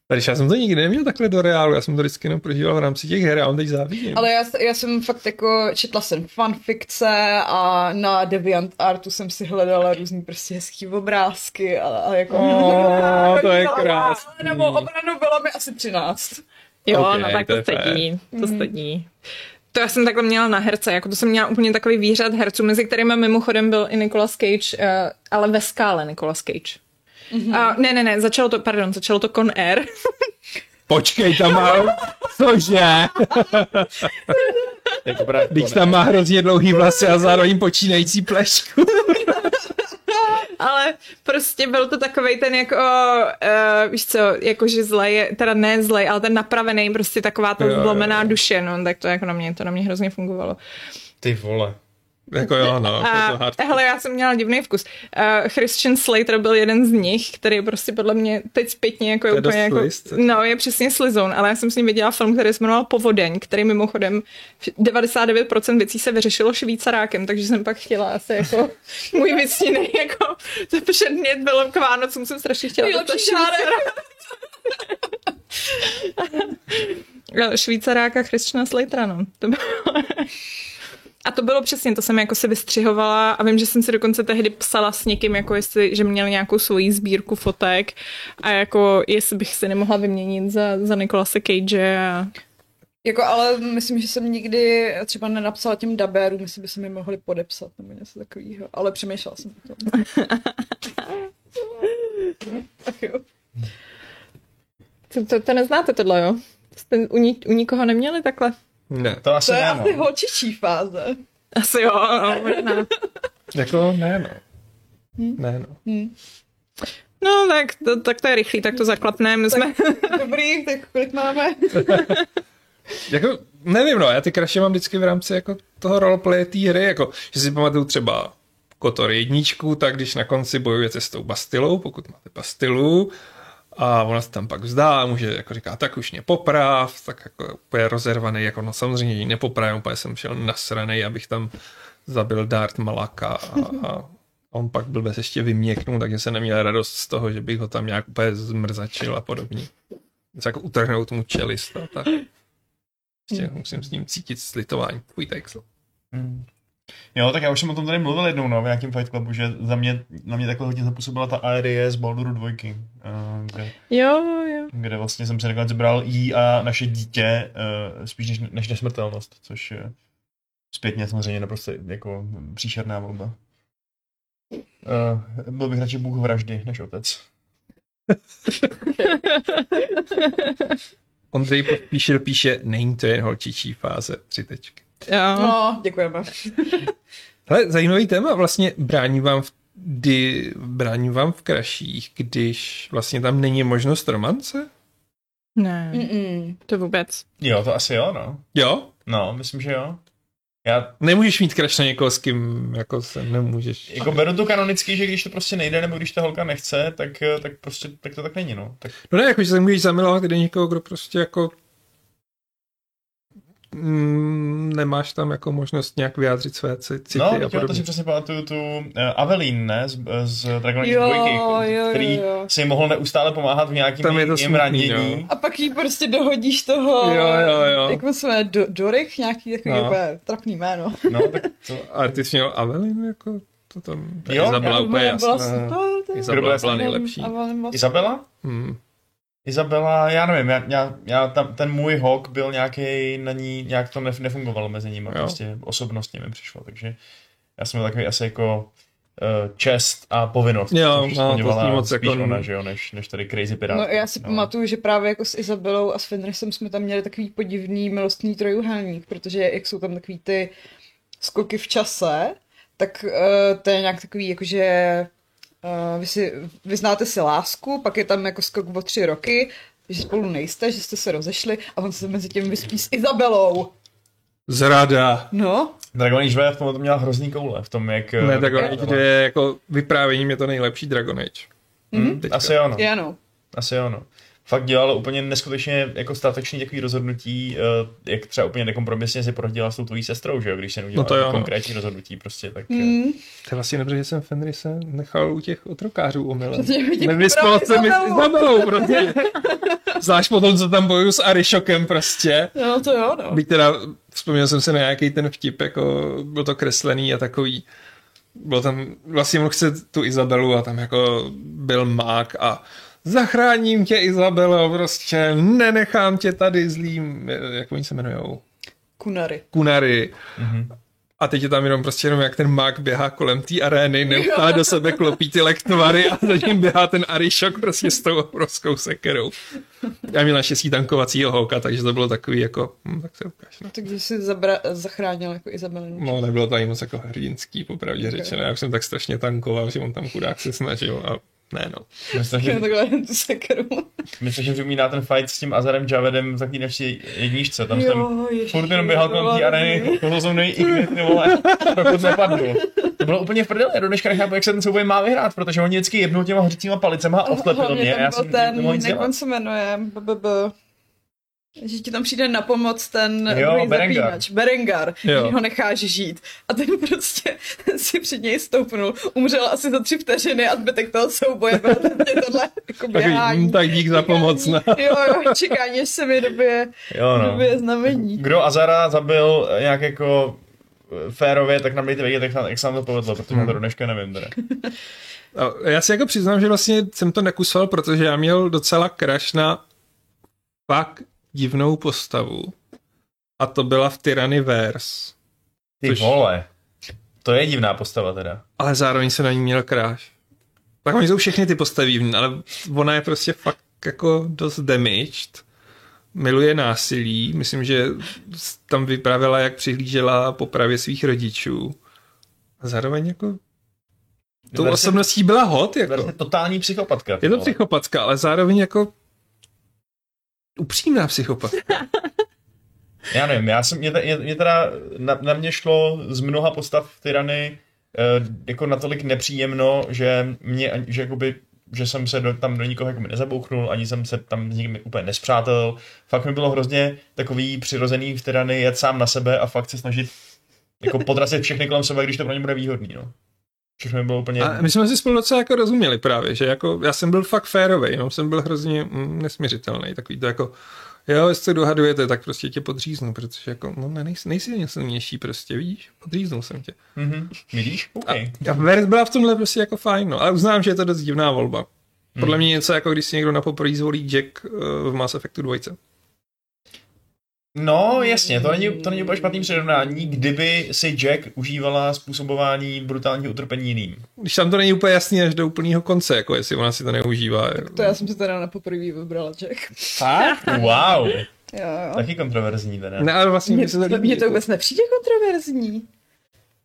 Když já jsem to nikdy neměl takhle do reálu, já jsem to vždycky jenom prožíval v rámci těch her a on teď závidím. Ale já, já jsem fakt jako, četla jsem fanfikce a na DeviantArtu jsem si hledala různý prostě hezký obrázky a, a jako... Ó, to <laughs> je krásný. Ale nebo obranu bylo mi asi 13. Jo, Ok, okay, no tak to to je sedí, to Mhm. sedí. To já jsem takhle měla na herce, jako to jsem měla úplně takový výřad herců, mezi kterými mimochodem byl i Nicolas Cage, eh, ale ve skále Nicolas Cage. Mhm. Mm-hmm. A, ne, ne, ne, začalo to, pardon, začalo to Con Air. <laughs> Počkej, tam má... Cože? Jako právě, Když tam má hrozně dlouhý vlasy a zároveň počínající plešku. ale prostě byl to takový ten jako, uh, víš co, jako že zlej, je- teda ne zlej, ale ten napravený, prostě taková ta Jo, jo, zlomená duše, no, tak to jako na mě, to na mě hrozně fungovalo. Ty vole. Jako jo, no, to je to A hard. hele, já jsem měla divný vkus. Uh, Christian Slater byl jeden z nich, který prostě podle mě teď zpětně jako je To je úplně dost jako... list. No, je přesně slizoun, ale já jsem s ním viděla film, který se jmenoval Povodeň, který mimochodem v- 99% věcí se vyřešilo švýcarákem, takže jsem pak chtěla asi <laughs> jako můj vysněný jako předmět byl k Vánocům, jsem strašně chtěla. Nejlepší švýcarák. švýcaráka Christiana Slatera, no. To bylo... A to bylo přesně, to jsem jako se vystřihovala a vím, že jsem si dokonce tehdy psala s někým, jako jestli, že měl nějakou svoji sbírku fotek a jako jestli bych se nemohla vyměnit za, za Nikolase Cage a Jako, ale myslím, že jsem nikdy třeba nenapsala těm dabérům, jestli by se mi mohli podepsat nebo něco takového, ale přemýšlela jsem o tom. tak jo. to, to, to neznáte tohle, jo? Jste u, ni, u nikoho neměli takhle? Ne, To asi To je ne, asi no. holčičí fáze. <laughs> Asi jo, no, možná. jako ne, no. Ne, no. No tak to, tak to je rychlý, tak to zaklapne. My jsme... Dobrý, tak kolik máme? Jako, nevím, no, já ty kraše mám vždycky v rámci jako toho roleplay té hry, jako, že si pamatuju třeba Kotor jedničku, tak když na konci bojujete s tou Bastilou, pokud máte Bastilu, a ona se tam pak vzdá a může jako říká, tak už mě poprav, tak jako úplně rozervaný, jako no samozřejmě ji nepopravím, úplně jsem šel nasranej, abych tam zabil Dart Malaka a, a on pak byl bez ještě vyměknul, takže se neměl radost z toho, že bych ho tam nějak úplně zmrzačil a podobně. Jako utrhnout mu čelist a tak. Prostě musím s ním cítit slitování. Tvůj text. Hmm. Jo, tak já už jsem o tom tady mluvil jednou no, v nějakém Fight Clubu, že za mě, na mě takhle hodně zapůsobila ta Aerie z Balduru 2, eh, kde, Jo, jo. kde vlastně jsem si nakonec bral jí a naše dítě eh, spíš než, než nesmrtelnost, což je zpětně samozřejmě naprosto jako příšerná volba. Eh, byl bych radši Bůh vraždy než otec. Ondřej Píšil píše, není to jen holčičí fáze, tři tečky. Jo. No, děkujeme. Hele, zajímavý téma, vlastně brání vám v kdy brání vám v kraších, když vlastně tam není možnost romance? Ne, Mm-mm. To vůbec. Jo, to asi jo, no. Jo? No, myslím, že jo. Já Nemůžeš mít kraš na někoho, s kým jako se nemůžeš. jako beru to kanonicky, že když to prostě nejde, nebo když ta holka nechce, tak, eh, tak prostě tak to tak není, no. Tak No ne, jako, že se můžeš zamilovat do někoho, kdo prostě jako mm, nemáš tam jako možnost nějak vyjádřit své ci- city no, a teď jo, to si podobně. přesně pamatuju tu uh, Avelín, ne, z, eh, z Dragon Age Jo, dvojky, jo, jo, který jo. si mohl neustále pomáhat v nějakým Tam je to jim smutný, ranění. A pak jí prostě dohodíš toho, Jo, jo, jo. jak moc jsme, do, Dorich, nějaký takový No. no. úplně trapný jméno. No, <laughs> tak to, Ale ty jsi měl Avelin, jako to tam. Ta Jo, Iza byla já úplně jasná. Byla super, Iza byla, Kdo byla byla jasná? nejlepší. A on byl- Izabela? Hmm. Izabela, já nevím, já, já, já tam, ten můj hok byl nějaký na ní, nějak to nef, nefungovalo mezi nimi, Jo. prostě osobnostně mi přišlo, takže já jsem měl takový asi jako uh, čest a povinnost. Jo, což no, to splňovala zní moc spíš jako- ona, že jo, než, než tady Crazy Pirát. No, já si pamatuju, že právě jako s Izabelou a s Fenrisem jsme tam měli takový podivný milostný trojuhelník, protože jak jsou tam takový ty skoky v čase, tak uh, to je nějak takový, jakože uh, vy, si, vy znáte si lásku, pak je tam jako skok o tři roky, že spolu nejste, že jste se rozešli a on se mezi tím vyspí s Izabelou. Zrada. No, Dragon Age 2 v tom měl hrozný koule, v tom, jak... eh, Ne, tak jak- Age 2 je jako vyprávěním je to nejlepší Dragon Age. Hm, teďka. Asi jo, no. já no. Asi jo, no. Fakt dělal úplně neskutečně jako statečný takový rozhodnutí, eh, jak třeba úplně nekompromisně si prohodila s tou tvojí sestrou, že jo, když se neudělala No to jo, jako no. konkrétní rozhodnutí prostě, tak... eh, Hmm. To je vlastně dobře, že jsem Fenrise nechal u těch otrokářů omylem. Protože mi tě Nevyspal právě jsem mi s Izabelou. Izabelou, prostě. Zvlášť potom, co tam bojuju s Arišokem prostě. No to jo, no. Byť teda vzpomněl jsem se na nějaký ten vtip, jako byl to kreslený a takový. Byl tam, vlastně on chce tu Izabelu a tam jako byl mák a zachráním tě Izabelo, prostě nenechám tě tady zlým, jak oni se jmenujou, Kunary. kunary. Mm-hmm. A teď je tam jenom prostě jenom jak ten mák běhá kolem té arény, neustále do sebe klopí ty lektvary a za ním běhá ten Arišok prostě s tou obrovskou sekerou. Já měl naštěstí tankovacího houka, takže to bylo takový jako, hm, tak se ukáž. No. Takže si zabra- zachránil jako Izabelu. No, nebylo to ani moc jako hrdinský, popravdě řečeno. Já už jsem tak strašně tankoval, že on tam chudák se snažil a ne no. Mě <laughs> strašně, <laughs> Takhle tu sekeru. mě strašně připomíná ten fight s tím Azarem Javedem v takový naší jedničce, tam jsem ježiši, furt jenom běhal kolem té <laughs> areny, rozumnej ignit, ty vole, dokud nepadnu. To bylo úplně v prdele, já do dneška nechápu, jak se ten souboj má vyhrát, protože oni vždycky jednou těma hřicíma palicema a oslepili Hlavně mě a já tam byl jsem nemohl ten, nic jak dělat. on se jmenuje, BBB. Že ti tam přijde na pomoc ten Jo, druhý Berengar. zapínač, Berengar, Jo. jo. ho necháš žít. A ten prostě <laughs> si před něj stoupnul, umřel asi za tři vteřiny a zbytek toho souboje bylo prostě tohle jako Takový, běhání. hm, tak dík za pomoc. no. Ne? <laughs> Jo, jo, čekání, až se mi době, Jo, no. době znamení. Kdo Azara zabil eh, nějak jako eh, férově, tak nám dejte vědět, jak, nám- jak se nám to povedlo, protože Hmm. já to do dneška nevím teda. A já si jako přiznám, že vlastně jsem to nekusal, protože já měl docela crash na fakt divnou postavu. A to byla v Tyranny Verse. Ty Což- vole, to je divná postava teda. Ale zároveň se na ní měl crash. Tak oni jsou všechny ty postavy divný, ale ona je prostě fakt jako dost damaged. Miluje násilí, myslím, že s- tam vyprávěla, jak přihlížela popravě svých rodičů. A zároveň jako tou Verze- osobností byla hot, jako. Verze totální psychopatka. ty Je to vole. psychopatka, ale zároveň jako upřímná psychopatka. Já nevím, já jsem, mě, te- mě, mě teda, na, na mě šlo z mnoha postav tyrany eh, jako natolik nepříjemno, že mě, ani- že jakoby, že jsem se do, tam do nikoho jako nezabouchnul, ani jsem se tam s nikým úplně nespřátel. Fakt mi bylo hrozně takový přirozený v tyrany jet sám na sebe a fakt se snažit jako podrasit všechny kolem sebe, když to pro ně bude výhodný, no. Všechno mi bylo úplně... A my jsme si spolu docela jako rozuměli právě, že jako já jsem byl fakt férovej, jenom jsem byl hrozně mm, nesměřitelný, takový to jako jo, jestli se dohadujete, tak prostě tě podříznu, protože jako, no ne, nejsi, nejsi nejsilnější prostě, vidíš, podříznul jsem tě. Mhm. Vidíš? Okay. A Verz byla v tomhle prostě jako fajn, no, ale uznám, že je to dost divná volba. Podle mě něco jako když si někdo na poprvé zvolí Jack eh, v Mass Effectu 2. No, jasně, to není, to není úplně špatný přirovnání, kdyby si Jack užívala způsobování brutálního utrpení jiným. Když tam to není úplně jasný až do úplného konce, jako jestli ona si to neužívá. To já jsem si teda na poprvé vybrala, Jack. Fakt? <laughs> Wow. Jo, jo. Taky kontroverzní, teda. Ne, ale vlastně Mně mi se to líbí. mně to vůbec nepřijde kontroverzní.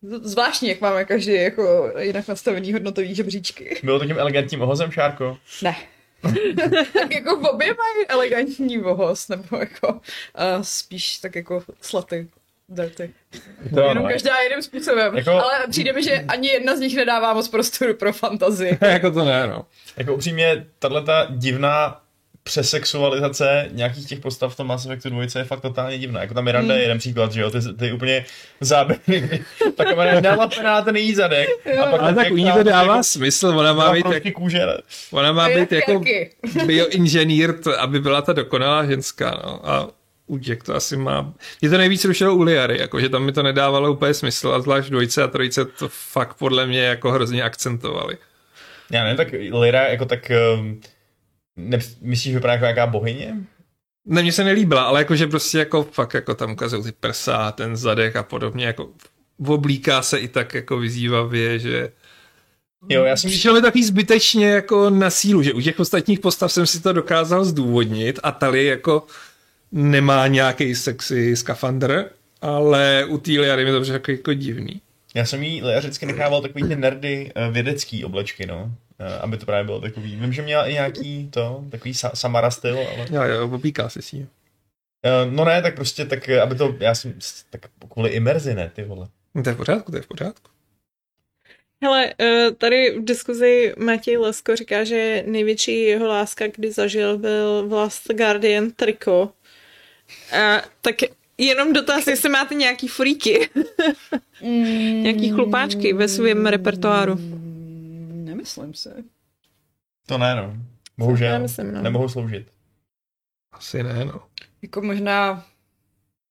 Z- Zvláštní, jak máme každý jako jinak nastavený hodnotový žebříčky. Bylo to tím elegantním ohozem, Šárko? Ne. <laughs> tak jako obě mají elegantní vohos, nebo jako uh, spíš tak jako slaty. Dirty. To Jenom ano. každá jiným způsobem. Jako- Jako... Ale přijde mi, že ani jedna z nich nedává moc prostoru pro fantazii. <laughs> jako to ne, no. Jako upřímně, tahle divná přesexualizace nějakých těch postav v tom Mass Effectu 2 je fakt totálně divná. Jako ta Miranda je jeden příklad, že jo, ty, ty úplně <laughs> záběry, ta kamera nalapená ten její zadek. A pak Ale tak u ní to dává smysl, ona má být, jak, Jako, kůže, ne? ona má A být jinak jako taky. <laughs> bioinženýr, to, aby byla ta dokonalá ženská, no. A u Jack to asi má... Mě to nejvíc rušilo u Liary, jako, že tam mi to nedávalo úplně smysl a zvlášť dvojce a trojice to fakt podle mě jako hrozně akcentovali. Já nevím, tak Lyra jako tak... ehm, Ne, myslíš, že vypadá jako nějaká bohyně? Ne, mně se nelíbila, ale jakože prostě jako fakt jako tam ukazují ty prsa, ten zadek a podobně, jako oblíká se i tak jako vyzývavě, že Jo, já jsem přišel mi takový zbytečně jako na sílu, že u těch ostatních postav jsem si to dokázal zdůvodnit a tady jako nemá nějaký sexy skafandr, ale u té Liary mi to přišlo jako, jako divný. Já jsem jí já vždycky nechával takový ty nerdy eh, vědecký oblečky, no. Eh, Aby to právě bylo takový. Vím, že měla i nějaký to, takový sa, Samara styl, ale... Jo, jo, oblíká se s ní. Eh, No ne, tak prostě tak, eh, aby to, já jsem, s- tak kvůli imerzi, ne, ty vole. No, To je v pořádku, to je v pořádku. Hele, eh, tady v diskuzi Matěj Lesko říká, že největší jeho láska, kdy zažil, byl Last Guardian triko. A, tak jenom dotaz, jestli máte nějaký fríky, Mm. nějaký chlupáčky ve svém repertoáru. Mm, Nemyslím si. To ne, no. Bohužel. Já myslím, no. Nemohou sloužit. Asi ne, no. Jako možná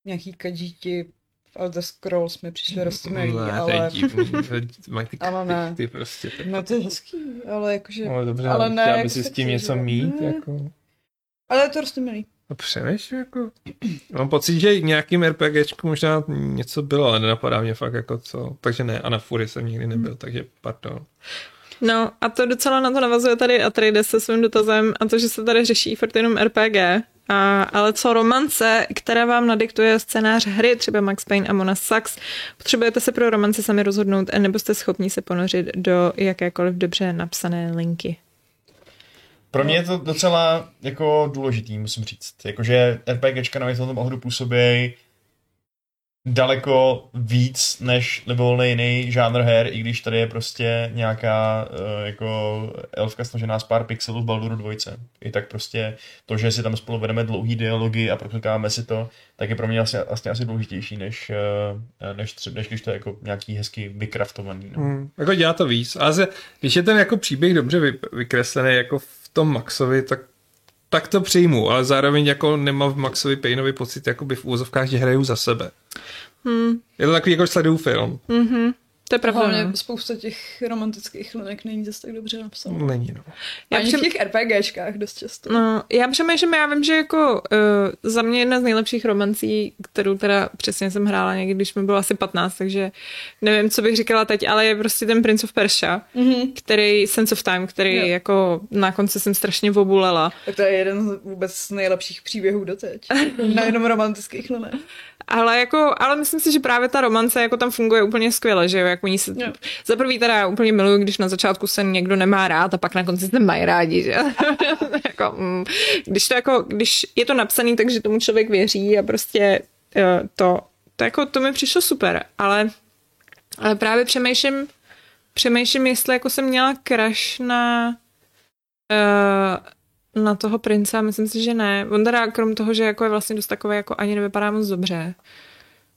nějaký kadíti v Elder Scrolls mi přišly rostomilý, Mm. ne, to je ale... divný. Mají ty, Ano, ty, ne. ty prostě. Tak... No to je hezký, ale jakože... Ale dobře, Ale ale ne, chtěla jak by si se s tím přijde. něco mít, Ne. jako. Ale je to rostomilý. No přemýšlím, jako. Mám pocit, že k nějakým RPGčku možná něco bylo, ale nenapadá mě fakt jako co. Takže ne, a na Fury jsem nikdy nebyl, takže pardon. No a to docela na to navazuje tady Atreides se svým dotazem a to, že se tady řeší furt jenom RPG. A, ale co romance, které vám nadiktuje scénář hry, třeba Max Payne a Mona Sachs, potřebujete se pro romance sami rozhodnout, nebo jste schopni se ponořit do jakékoliv dobře napsané linky. Pro mě je to docela jako důležitý, musím říct. Jakože RPGčka na mě v tomto ohledu působí daleko víc než libovolný jiný žánr her, i když tady je prostě nějaká eh, jako elfka snažená z pár pixelů v Balduru 2. I tak prostě to, že si tam spolu vedeme dlouhý dialogy a proklikáme si to, tak je pro mě vlastně, vlastně asi důležitější, než, eh, než, třeba, než když to je jako nějaký hezky vykraftovaný. No. Hmm, jako dělá to víc. Ale se, když je ten jako příběh dobře vy, vykreslený jako v tom Maxovi, tak tak to přijmu, ale zároveň jako nemám v Maxovi Payneovi pocit, jako by v úvozovkách, že hraju za sebe. Hmm, Je to takový jako sleduju film. mhm, to je pravda. Hlavně no. spousta těch romantických linek není zase tak dobře napsaná. Není, no. Já Ani v přem- těch RPGčkách dost často. No, já přemýšlím, já vím, že jako uh, za mě jedna z nejlepších romancí, kterou teda přesně jsem hrála někdy, když mi bylo asi 15, takže nevím, co bych říkala teď, ale je prostě ten Prince of Persia, Mhm. který Sense of Time, který Jo. jako na konci jsem strašně obulela. Tak to je jeden z vůbec z nejlepších <laughs> příběhů doteď. Nejenom romantických linek. Ale jako, ale myslím si, že právě ta romance jako tam funguje úplně skvěle, že jo, jak oni se... Jo. Za prvý teda já úplně miluju, když na začátku se někdo nemá rád a pak na konci se mají rádi, že <laughs> jako, mm, když to jako, když je to napsaný, takže tomu člověk věří a prostě eh, to, to jako to mi přišlo super, ale, ale právě přemýšlím, přemýšlím, jestli jako jsem měla crush na eh, na toho prince a myslím si, že ne. On teda krom toho, že jako je vlastně dost takový, jako ani nevypadá moc dobře.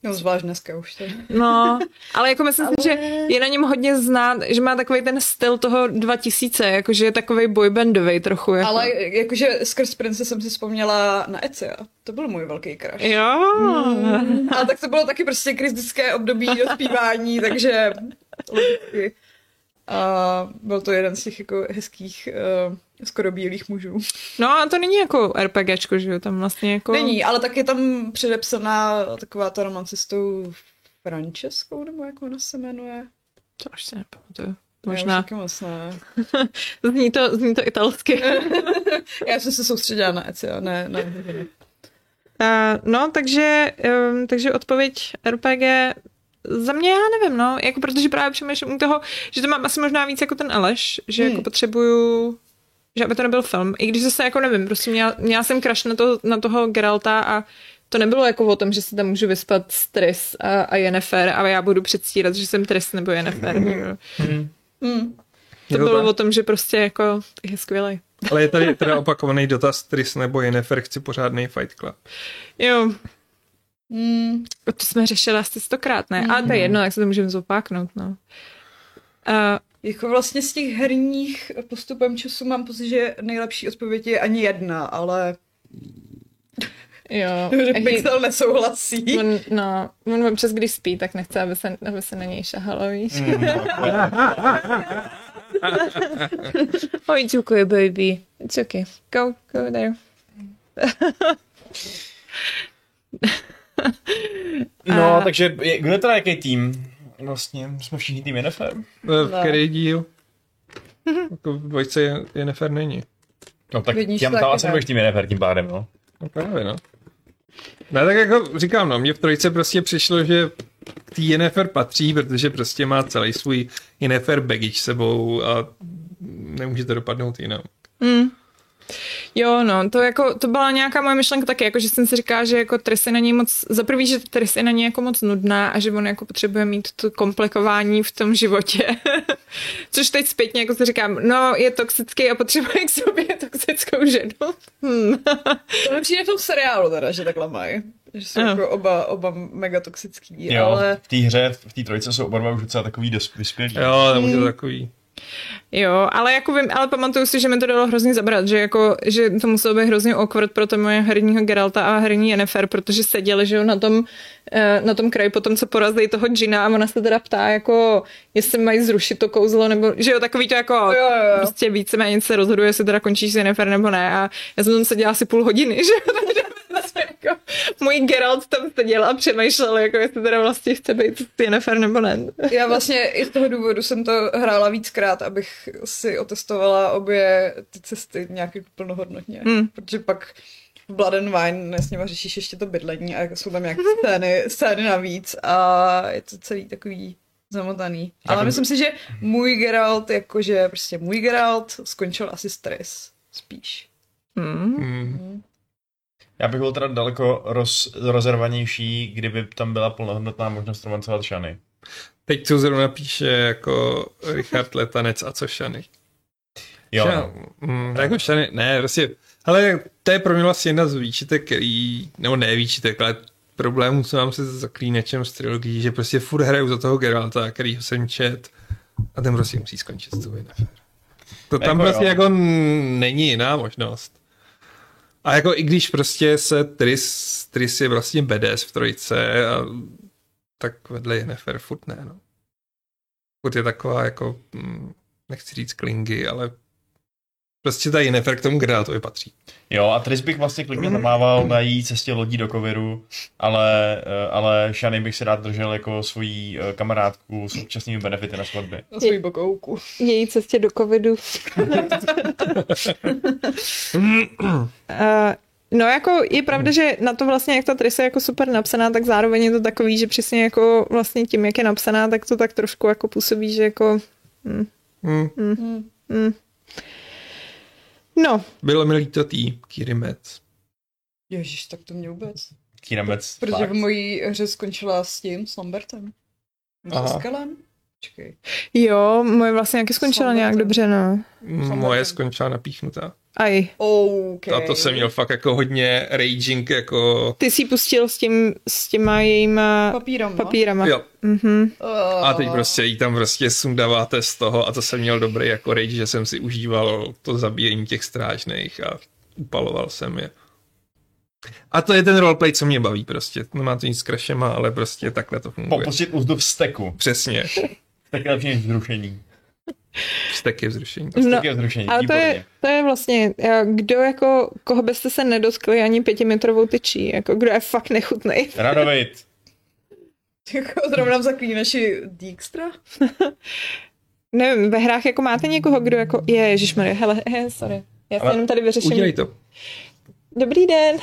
No zvlášť dneska už to. <laughs> No, ale jako myslím si, že je na něm hodně znát, že má takový ten styl toho 2000, jakože je takový boybandový trochu. Jako. Ale jakože skrz Prince jsem si vzpomněla na Ecea. To byl můj velký crush. Jo. A Mm, tak to bylo taky prostě kritické období dospívání, takže logicky. A byl to jeden z těch jako hezkých uh, skoro bílých mužů. No a to není jako RPGčko, že jo, tam vlastně jako... Není, ale tak je tam předepsaná taková ta romance s tou Franceskou, nebo jak ona se jmenuje. To až se nepamatuju. Já už Možná. taky moc ne. Zní to, zní to italsky. Já jsem se soustředila na Eci a ne na Hrdiny. Uh, no, takže, um, takže odpověď RPG za mě já nevím, no, jako protože právě přemýšlím u toho, že to mám asi možná víc jako ten Aleš, že hmm. jako potřebuju že aby to nebyl film. I když zase jako nevím, prostě měla, měla jsem crash na, to, na toho Geralta a to nebylo jako o tom, že se tam můžu vyspat s Tris a, a Jennifer a já budu předstírat, že jsem Tris nebo Jennifer. Hmm. Hmm. To Nebo bylo tak. o tom, že prostě jako je skvělý. Ale je tady teda opakovaný dotaz Tris nebo Jennifer, chci pořádný Fight Club. Jo, Hmm. to jsme řešili asi stokrát, ne? Ale to je jedno, jak se to můžeme zopáknout, no. Uh, Jako vlastně z těch herních postupem času mám pocit, že nejlepší odpověď je ani jedna, ale <laughs> Jo. že Jaký- Pixel nesouhlasí. On, no, on občas, když spí, tak nechce, aby se, aby se na něj šahalo, víš? oh, it's okay, baby. It's okay. Go, go there. No, takže je- kdo je teda jaký tým? Vlastně jsme všichni tým Jennifer. Eh, V Ne. který díl? Jako v dvojce Je- Jennifer není. No tak Vidíš, těm, tak tam je asi tak. budeš tým Jennifer tím pádem, no. No právě, no. No tak jako říkám, no, mně v trojce prostě přišlo, že k té Jennifer patří, protože prostě má celý svůj Jennifer baggage sebou a nemůže to dopadnout jinak. Jo, no, to, jako, to byla nějaká moje myšlenka taky, jako, že jsem si říkala, že jako Tris je na něj moc, za prvý, že Tris je na něj jako moc nudná a že on jako potřebuje mít to komplikování v tom životě. <laughs> Což teď zpětně jako si říkám, no, je toxický a potřebuje k sobě toxickou ženu. Hmm. To mi přijde v tom seriálu teda, že takhle mají. Že jsou Ano. jako oba, oba mega toxický, Jo, ale... v té hře, v té trojce jsou oba dva už docela takový dost vyspělí. Jo, nebo to takový. Jo, ale jako vím, ale pamatuju si, že mi to dalo hrozně zabrat, že jako, že to muselo být hrozně awkward pro to moje herního Geralta a herní Jennifer, protože seděli, že jo, na tom, eh, na tom kraji potom, co porazili toho Gina a ona se teda ptá, jako, jestli mají zrušit to kouzlo, nebo, že jo, takový to jako, Jo, jo, jo. prostě víceméně se rozhoduje, jestli teda končíš s Jennifer nebo ne a já jsem tam seděla asi půl hodiny, <laughs> že jo, takže vlastně jako, můj Geralt tam seděl a přemýšlel, jako, jestli teda vlastně chce být s Jennifer nebo ne. Já vlastně i z toho důvodu jsem to hrála víckrát, abych si otestovala obě ty cesty nějak jako plnohodnotně. Hmm. Protože pak v Blood and Wine s nima řešíš ještě to bydlení a jsou tam nějaké scény, scény navíc a je to celý takový zamotaný. Ale to- myslím si, že můj Geralt, jakože prostě můj Geralt skončil asi stres spíš. Hmm. Hmm. Já bych byl teda daleko roz, rozervanější, kdyby tam byla plnohodnotná možnost romancovat Šany. Teď tu zrovna píše jako Richard Letanec a co Šany. Jo, no. Ša- mm, jako šany, ne, prostě, ale to je pro mě vlastně jedna z výčitek, který, nebo ne výčitek, ale problémů, co mám se zaklínačem z trilogií, že prostě furt hraju za toho Geralta, kterýho jsem čet a ten prostě musí skončit s tou Yennefer. To tam jako Jako prostě jo. jo. jako n- není jiná možnost. A jako i když prostě se Tris, Tris je vlastně BDS v trojce, a, tak vedle Yennefer furt ne, no. Furt je taková jako, mm, nechci říct klingy, ale prostě ta Yennefer k tomu Geraltovi patří. jo a Tris bych vlastně klidně Mhm. namával na její cestě lodí do Koviru, ale, eh, ale Šany bych si rád držel jako svoji eh, kamarádku s účastními benefity na svatbě. Na svůj bokouku. její cestě do covidu. Eh, no jako je pravda, že na to vlastně, jak ta trisa je jako super napsaná, tak zároveň je to takový, že přesně jako vlastně tím, jak je napsaná, tak to tak trošku jako působí, že jako Hmm. mm. No, Bylo mi líto tý, Kiri Metz. Ježíš, tak to mě vůbec. Kýramec. Protože v mojí hře skončila s tím, s Lambertem. Nebo Aha. S Skelem? Počkej. jo, moje vlastně nějak skončila Slavná nějak to. dobře, no. Hm, Moje skončila napíchnutá. Aj. OK. A to jsem měl fakt jako hodně raging, jako... Ty jsi ji pustil s, tím, s těma jejíma papírem. no. Eh, papírama. Jo. Mhm. A teď prostě jí tam prostě sundáváte z toho a to jsem měl dobrý jako rage, že jsem si užíval to zabíjení těch strážných a upaloval jsem je. A to je ten roleplay, co mě baví prostě. Nemá to nic s crashem, ale prostě takhle to funguje. Popustit úzdu v steku. Přesně. Tak je lepší než vzrušení. Vztek je vzrušení. Prostě No, Stek je vzrušení, ale to je, výborně. to je vlastně, eh, kdo jako, koho byste se nedotkli ani pětimetrovou tyčí, jako kdo je fakt nechutnej. Radovejt. <laughs> Jako zrovna zaklíní naši Dijkstra? <laughs> nevím, ve hrách jako máte někoho, kdo jako, je, ježišmarja, hele, he, eh, sorry. Já si Ale jenom tady vyřeším. Udělej to. Dobrý den.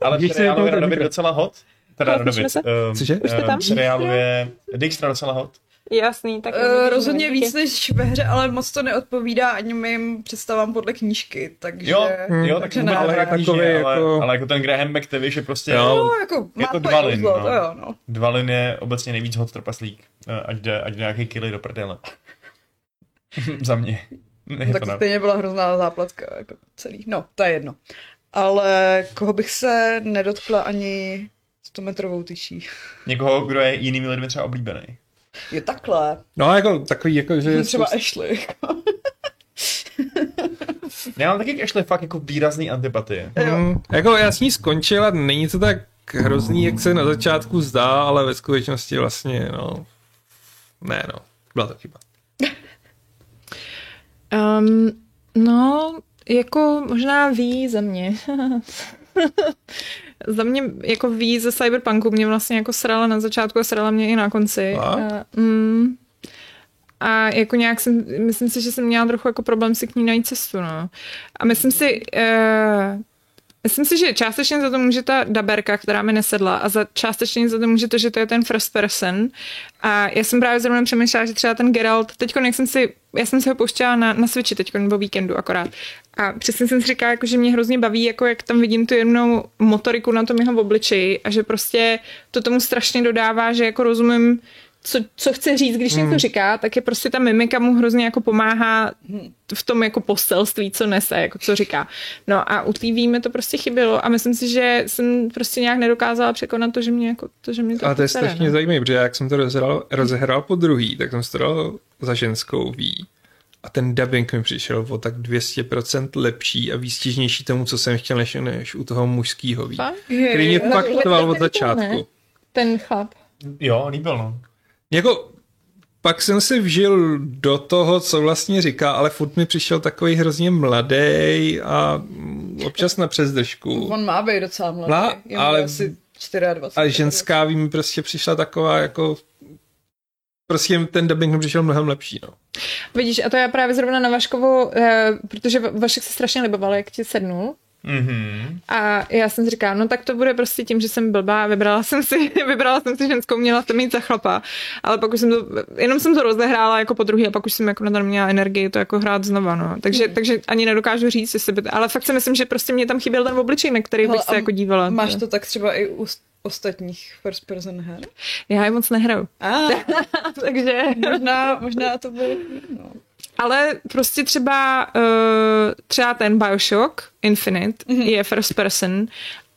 Ale v Když se seriálu je jednou Radovit ten- docela hot. Teda Ale Radovit. už jsme ehm, Cože? Už jsme ehm, tam? V seriálu je Dijkstra docela hot. Jasný, tak... Eh, rozhodně víc než ve hře, ale moc to neodpovídá ani mým představám podle knížky, takže... Jo, jo, Hmm, tak takže vůbec ne. ale, Ale knížně, takový ale, jako- ale jako ten Graham McTavish je prostě... Jo. No, jako, má to to dva lin, kouzlo, no. to jo, no. Dvalin je obecně nejvíc hot trpaslík, Eh, ať jde, ať jde nějaký killy do prdele. <laughs> Za mě. Je tak to na... stejně byla hrozná záplatka, jako celý. No, to je jedno. Ale koho bych se nedotkla ani 100 metrovou tyčí. Někoho, kdo je jinými lidmi třeba oblíbený. Je takhle. No jako takový, jako že... Třeba spousta- Ashley. Já mám taky k Ashley fakt jako výrazný antipatie. Mm, jako já s ní skončil a není to tak hrozný, jak se na začátku zdá, ale ve skutečnosti vlastně, no... Ne, no. Byla to chyba. Ehm, Um, no, jako možná ví za mě. <laughs> Za mě jako víc ze Cyberpunku mě vlastně jako srala na začátku a srala mě i na konci. Fakt? A, mm, a jako nějak jsem, myslím si, že jsem měla trochu jako problém si k ní najít cestu, no. A myslím si, uh, myslím si, že částečně za to může ta daberka, která mi nesedla a za, částečně za to může to, že to je ten first person. A já jsem právě zrovna přemýšlela, že třeba ten Geralt, teď jak jsem si, já jsem si ho pouštěla na, na Switchi teď nebo víkendu akorát. A přesně jsem si říkala, jako, že mě hrozně baví, jako jak tam vidím tu jednou motoriku na tom jeho obličeji a že prostě to tomu strašně dodává, že jako rozumím, co, co chce říct, když Hmm. něco říká, tak je prostě ta mimika mu hrozně jako pomáhá v tom jako poselství, co nese, jako co říká. No a u té víme to prostě chybělo a myslím si, že jsem prostě nějak nedokázala překonat to, že mě jako, to, že mě to A jako to je sere, no. strašně zajímavé, protože jak jsem to rozehrál, rozehrál po druhý, tak jsem si to dal za ženskou ví. A ten dubbing mi přišel o tak 200% lepší a výstižnější tomu, co jsem chtěl, než, než u toho mužskýho ví. Fakt? Který mě Jo, fakt tohle trval to nebylo, od ne? začátku. Ten chlap. Jo, líbil, no. Jako, pak jsem se vžil do toho, co vlastně říká, ale furt mi přišel takový hrozně mladý a mm, občas na přezdržku. On má být docela mladý. Mla- je mu ale- asi 24. A ženská ví mi prostě přišla taková jako... Prostě ten dubbing mi přišel mnohem lepší, no. Vidíš, a to já právě zrovna na Vaškovu, eh, protože Va- Vašek se strašně liboval, jak ti sednul. Mhm. A já jsem si říkala, no tak to bude prostě tím, že jsem blbá, vybrala jsem si, <laughs> vybrala jsem si ženskou, měla jsem mít za chlapa. Ale pak už jsem to, jenom jsem to rozehrála jako po druhý a pak už jsem jako na to neměla energii to jako hrát znova, no. Takže, Hmm. takže ani nedokážu říct, jestli by, ale fakt si myslím, že prostě mě tam chyběl ten obličej, na který Hele, bych a se jako dívala. Máš to tak třeba i u s- ostatních first person her? Já je moc <laughs> nehraju. A, Takže... možná, možná to bylo... No. Ale prostě třeba uh, třeba ten Bioshock Infinite Mhm. mm-hmm. je first person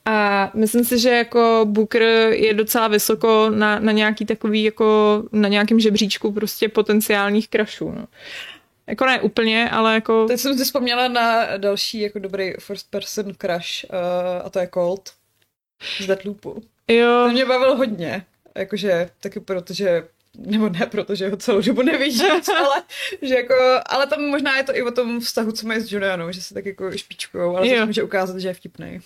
a myslím si, že jako Booker je docela vysoko na, na nějaký takový jako na nějakém žebříčku prostě potenciálních krašů. No. Jako ne úplně, ale jako... Teď jsem si vzpomněla na další jako dobrý first person crush uh, a to je Colt z Deathloop. To Jo, mě bavil hodně, jakože taky protože nebo ne, protože ho celou dobu <laughs> nevidíš, ale, že jako, ale tam možná je to i o tom vztahu, co mají s Julianou, že se tak jako špičkujou, ale Jo. to může ukázat, že je vtipný.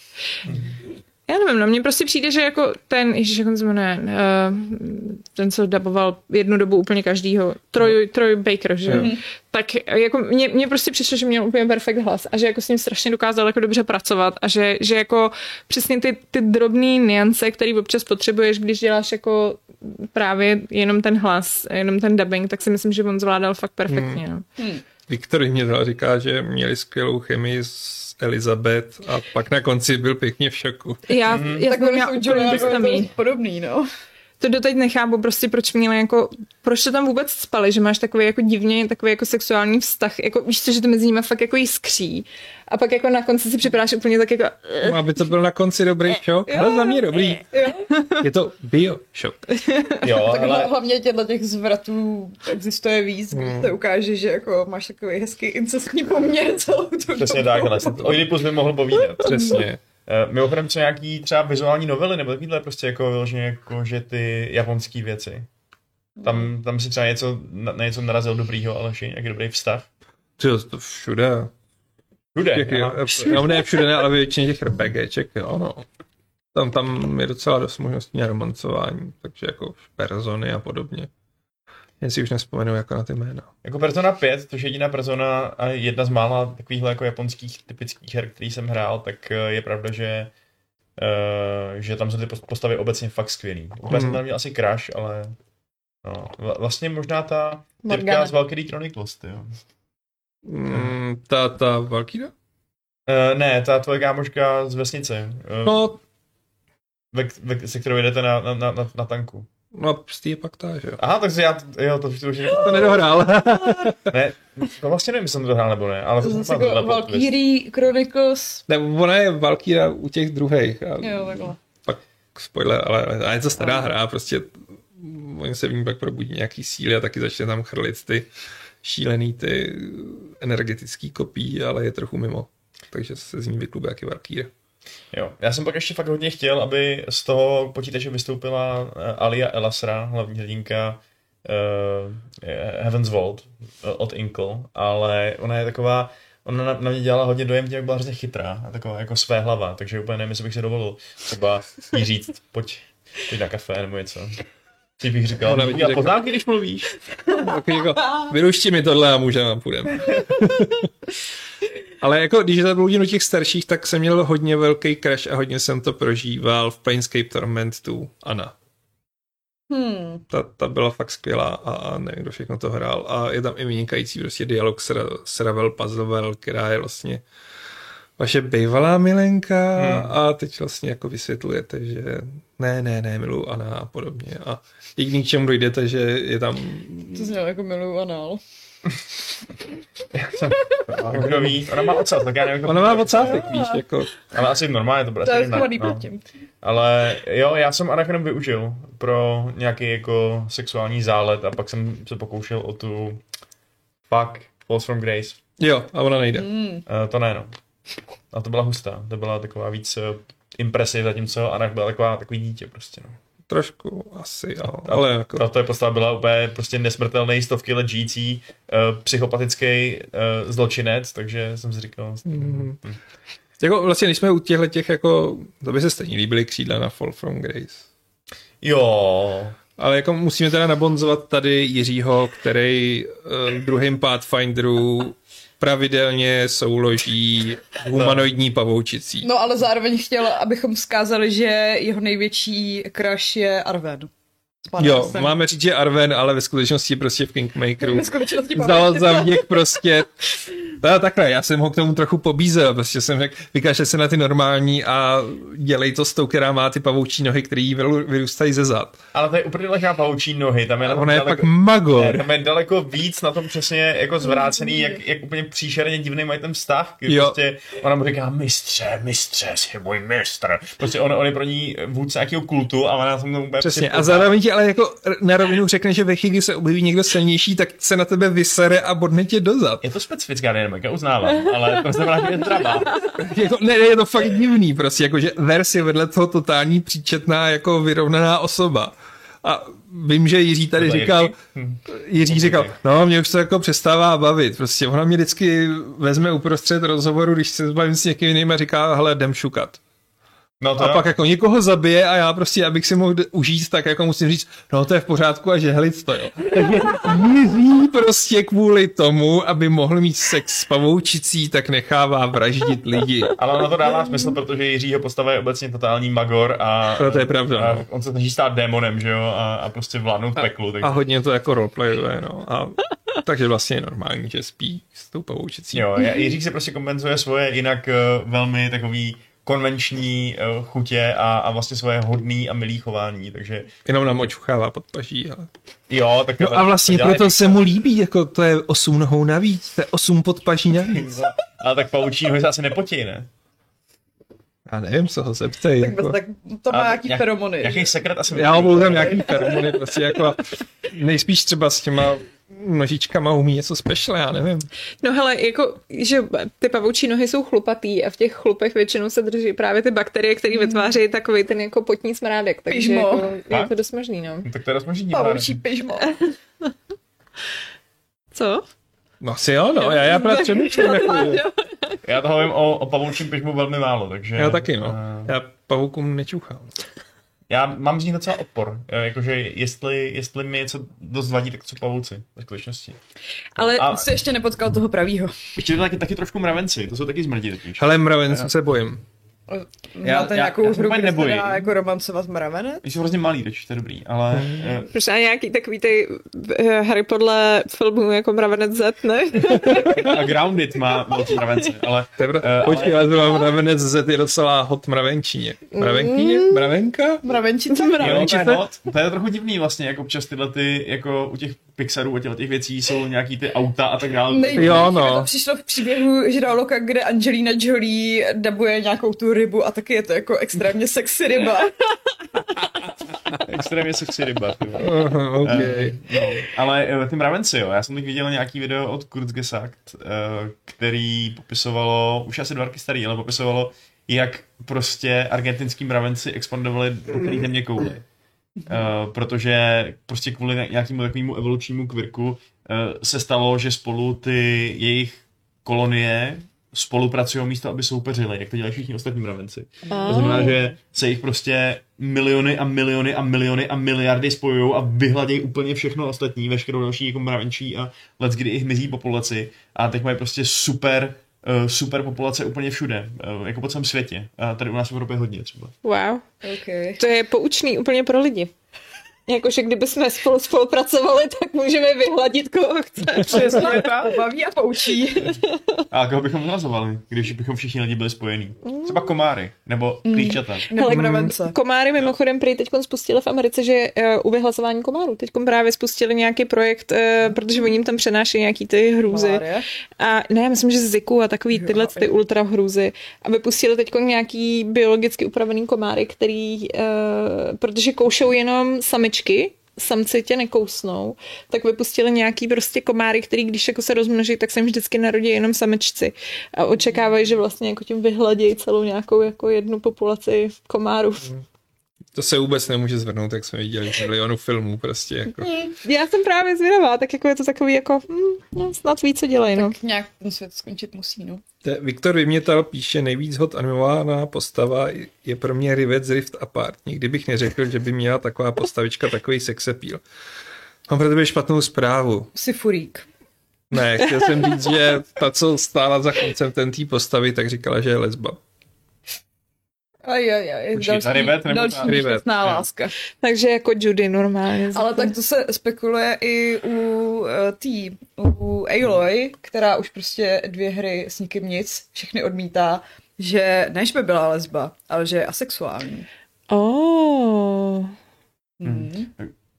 já nevím, no mně prostě přijde, že jako ten, ježiš, jak on se jmenuje, uh, ten, co daboval jednu dobu úplně každýho, Troy, Troy Baker, že No. jo? tak jako mě, mě prostě přišlo, že měl úplně perfekt hlas a že jako s ním strašně dokázal jako dobře pracovat a že, že jako přesně ty, ty drobné niance, které občas potřebuješ, když děláš jako právě jenom ten hlas, jenom ten dubbing, tak si myslím, že on zvládal fakt perfektně. Hmm. Viktor mě dal říká, že měli skvělou chemii s Elizabeth a pak na konci byl pěkně v šoku. Já, mm. já Tak jsem oni měla jsou úplně to Julianou samý. je jako to podobný, no. To doteď nechápu prostě, proč měla jako, proč to tam vůbec spali, že máš takový jako divně, takový jako sexuální vztah, jako víš co, že to mezi nimi fakt jako jiskří a pak jako na konci si připadáš úplně tak jako, No, Aby to byl na konci dobrý šok, ale za mě dobrý. Je to bio šok. Jo, Tak hla- ale... Hmm. hlavně těchto těch zvratů existuje víc, když se ukáže, že jako máš takový hezký incestní poměr celou tu Přesně dobu. tak, ale snad o Oedipus by mohl povídat. Přesně. Eh, Mimochodem, co nějaký třeba vizuální novely, nebo takovýhle prostě jako vyloženě jako, že ty japonský věci. Tam, tam si třeba něco, na, na něco narazil dobrýho, ale ještě nějaký dobrý vztah. Ty jo, to všude. Všude. Těch, aha. jo, ne všude, ne, ale většině těch RPGček, jo, no. Tam, tam je docela dost možností na romancování, takže jako persony a podobně. Jen si už nespomenu jako na ty jména. Jako Persona 5, což je jediná persona a jedna z mála takovýchhle jako japonských typických her, který jsem hrál, tak eh, je pravda, že eh, že tam jsou ty pos- postavy obecně fakt skvělý. Úplně jsem Mhm. tam měl asi crash, ale no, vla- vlastně možná ta Morgana. Tyrka z Valkyrie Chronicles, ty jo. Mm, ta, ta Valkyra? Uh, ne, ta tvoje kámoška z vesnice, uh, no. No, ve, ve, se kterou jdete na, na, na, na tanku. no z té je pak ta, že jo. Aha, takže já, t- jo, to už to <laughs> už To nedohrál. ne, no vlastně nevím, jestli jsem to hrál nebo ne, ale Zase to jako Valkyrie Chronicles. ne, ona je Valkyra u těch druhých. A Jo, takhle. spoiler, ale a je to stará hra, prostě oni se v ní pak probudí nějaký síly a taky začne tam chrlit ty šílený ty energetický kopí, ale je trochu mimo. Takže se z ní vyklube jak je Valkyra. Jo. Já jsem pak ještě fakt hodně chtěl, aby z toho počítače vystoupila eh, Alia Elasra, hlavní hrdinka uh, Heaven's Vault eh, od Inkle, ale ona je taková, ona na, na mě dělala hodně dojem, tím, jak byla hrozně chytrá a taková jako své hlava, takže úplně nevím, jestli bych se dovolil třeba jí říct, pojď, pojď na kafe nebo něco. Ty bych říkal, Ona by ona ti udělá řekla- poznámky, <laughs> když mluvíš. Tak jako, vyrušti mi tohle a můžeme a půjdeme. Ale jako, když zabloudím do těch starších, tak jsem měl hodně velký crash a hodně jsem to prožíval v Planescape Torment 2. Ana. Hmm. Ta, ta byla fakt skvělá a, a nevím, kdo všechno to hrál. A je tam i vynikající prostě dialog s, Ra- s Ravel Pazovel, která je vlastně vaše bývalá milenka Hmm. hmm. a teď vlastně jako vysvětlujete, že ne, ne, ne, milu Ana a podobně. A jediný k čemu dojdete, že je tam To znělo jako miluju anál. A Kdo ví, ona má ocas, tak já nevím. jak to Ona má ocátek, víš, jako Ale asi normálně to bude. To asi je jinak, schovaný no. pod tím. Ale jo, já jsem Arachnem využil pro nějaký jako sexuální zálet a pak jsem se pokoušel o tu fuck, Falls from Grace. Jo, a ona nejde. Hmm. Uh, to ne, no. A to byla hustá, to byla taková víc eh, impresiv, zatímco Arach byla taková, takový dítě prostě, no. Trošku asi, jo. ale jako... Tato je postava byla úplně prostě nesmrtelný stovky let žijící uh, psychopatický uh, zločinec, takže jsem si říkal, Mhm. Jako vlastně, když jsme u těchto těch, jako, to by se stejně líbily křídla na Fall from Grace. jo, Ale jako musíme teda nabonzovat tady Jiřího, který eh, v druhém Pathfinderu pravidelně souloží humanoidní pavoučicí. No ale zároveň chtěl, abychom vzkázali, že jeho největší crush je Arven. S panem Jo, Arsem. máme říct, že Arven, ale ve skutečnosti prostě v Kingmakeru Ve skutečnosti máme- Vzal za vděk prostě. No, takhle, já jsem ho k tomu trochu pobízel, prostě jsem řekl, vykaže se na ty normální a dělej to s tou, která má ty pavoučí nohy, které jí vylu- vyrůstají ze zad. ale to je úplně lehká pavoučí nohy, tam je na A tom ona je daleko- pak magor. Ne, tam je daleko víc na tom přesně jako zvrácený, jak, jak úplně příšerně divný mají ten vztah, kdy Jo. prostě ona mu říká mistře, mistře, jsi můj mistr. Prostě on, on je pro ní vůdce nějakého kultu a ona tam úplně Přesně. připomíná. A zároveň ti ale jako r- na rovinu řekne, že ve chvíli, kdy se objeví někdo silnější, tak se na tebe vysere a bodne tě dozad. Je to specifická dynamika, uznávám, ale to znamená, že je drama. Je to, Jako, ne, je to fakt divný prostě, jakože Vers je vedle toho totální příčetná jako vyrovnaná osoba. A vím, že Jiří tady Tohle je říkal, Jiří. Jiří říkal, Určitě. no mě už to jako přestává bavit, prostě ona mě vždycky vezme uprostřed rozhovoru, když se zbavím s někým jiným a říká, hele, jdem šukat. No to A jo. pak jako někoho zabije a já prostě, abych si mohl d- užít, tak jako musím říct, no to je v pořádku a žehlit to, jo. Takže Jiří prostě kvůli tomu, aby mohl mít sex s pavoučicí, tak nechává vraždit lidi. Ale ono to dává smysl, protože Jiřího postava je obecně totální magor a, To- to je pravda, a no. on se snaží stát démonem, že jo, a, a prostě vládnout peklu. Tak... A hodně to jako roleplayuje, no. A, takže vlastně je normální, že spí s tou pavoučicí. Jo, ja- Jiřík si prostě kompenzuje svoje jinak eh, velmi takový konvenční eh, chutě a, a vlastně svoje hodný a milý chování, takže Jenom nám očuchává pod paží, ale... jo, tak No a vlastně dělá proto i- se mu líbí, jako to je osm nohou navíc, to je osm podpaží navíc. Ale tak paučí nohy se asi nepotí, ne? Já nevím, co ho zeptej, Tak, jako... tak to má A nějaký nějak- feromony. Jaký sekret asi Já obou tam nějaký feromony, prostě jako a nejspíš třeba s těma nožičkama umí něco special, já nevím. No hele, jako, že ty pavoučí nohy jsou chlupatý a v těch chlupech většinou se drží právě ty bakterie, které vytvářejí takový ten jako potní smrádek, takže Pížmo. jako, je Tak? to dost možný, no. No, tak to je rozmožení. Pavoučí pyžmo. Co? No asi jo, no, já, já právě přemýšlím, jako, Já toho vím o, o pavoučím pyžmu velmi málo, takže... já taky, no. eh, Já pavukům nečuchám. Já mám z ní docela odpor. Eh, Jakože jestli, jestli mi něco dost vadí, tak co pavouci ve skutečnosti. <laughs> Ale A- a... se ještě nepotkal toho pravýho. Ještě to taky, taky trošku mravenci, to jsou taky zmrdí totiž. Hele, mraven, se bojím. Já- Máte já- nějakou já se hru, úplně kde se nebojím. dá jako romancovat mravenet? Ty jsou hrozně malý, totiž to je dobrý, ale... Hmm. eh, Prostě a nějaký takový ty eh, Harry podle filmů jako Mravenec Z, ne? A Grounded má velký mravence, ale... Tebra, Eh, uh, počkej, ale zrovna mravenec Z je docela hot mravenčíně. Mravenkyně? Mravenka? <laughs> Mravenčice? Jo, to je Mravenčice? hot. To je trochu divný vlastně, jak občas tyhle ty, jako u těch Pixarů a těchto těch věcí jsou nějaký ty auta a tak dále. Nejvíc Jo, mi no. To přišlo v příběhu Žraloka, kde Angelina Jolie dabuje nějakou tu rybu a taky je to jako extrémně sexy <laughs> ryba. Extrémně sexy ryba. ty vole. Aha, okay. Eh, no. Ale eh, ty mravenci, jo, já jsem teď viděl nějaký video od Kurzgesagt, eh, který popisovalo, už asi dva roky starý, ale popisovalo, jak prostě argentinský mravenci expandovali do celé země kouli. Eh, protože prostě kvůli ně- nějakému takovému evolučnímu kvirku eh, se stalo, že spolu ty jejich kolonie spolupracují místo, aby soupeřili, jak to dělají všichni ostatní mravenci. To znamená, že se jich prostě miliony a miliony a miliony a miliardy spojují a vyhladějí úplně všechno ostatní, veškerou další jako mravenčí a let kdy i hmyzí populaci. A teď mají prostě super eh, super populace úplně všude, eh, jako po celém světě. A tady u nás v Evropě hodně třeba. Wow. okay. To je poučný úplně pro lidi. Jakože kdyby jsme spolu spolupracovali, tak můžeme vyhladit, koho chce. Přesně <laughs> tak. Baví a <laughs> poučí. A koho bychom vyhazovali, když bychom všichni lidi byli spojení? Třeba komáry, nebo Mm. klíčata. Nebo mravence. Komáry mimochodem prý teď spustili v Americe, že eh, u vyhlazování komárů. Teď právě spustili nějaký projekt, eh, protože oni jim tam přenáší nějaký ty hrůzy. Malárie? A ne, myslím, že Ziku a takový tyhle ty ultrahrůzy. A vypustili teď nějaký biologicky upravený komáry, který, eh, protože koušou jenom samičky, samci tě nekousnou, tak vypustili nějaký prostě komáry, který když jako se rozmnoží, tak se jim vždycky narodí jenom samečci. A očekávají, že vlastně jako tím vyhladějí celou nějakou jako jednu populaci komárů. To se vůbec nemůže zvrhnout, jak jsme viděli z milionu filmů prostě. Jako. Já jsem právě zvědavá, tak jako je to takový jako, hm, no snad ví, co dělají, no. Nějak ten svět skončit musí, no. Te- Viktor Vymětal píše, nejvíc hot animovaná postava je pro mě Rivet z Rift Apart. Nikdy bych neřekl, že by měla taková postavička takový sex appeal. Mám pro tebe špatnou zprávu. Jsi furík. Ne, chtěl jsem říct, že ta, co stála za koncem ten tý postavy, tak říkala, že je lesba. Aj, aj, aj, Počkej, další, ta rybet nebo ta- další Rybet, nešťastná jo. láska. Takže jako Judy normálně. Ale tak to se spekuluje i u eh, tý, u Aloy, která už prostě dvě hry s nikým nic, všechny odmítá, že než by byla lesba, ale že je asexuální. Oh. Hmm.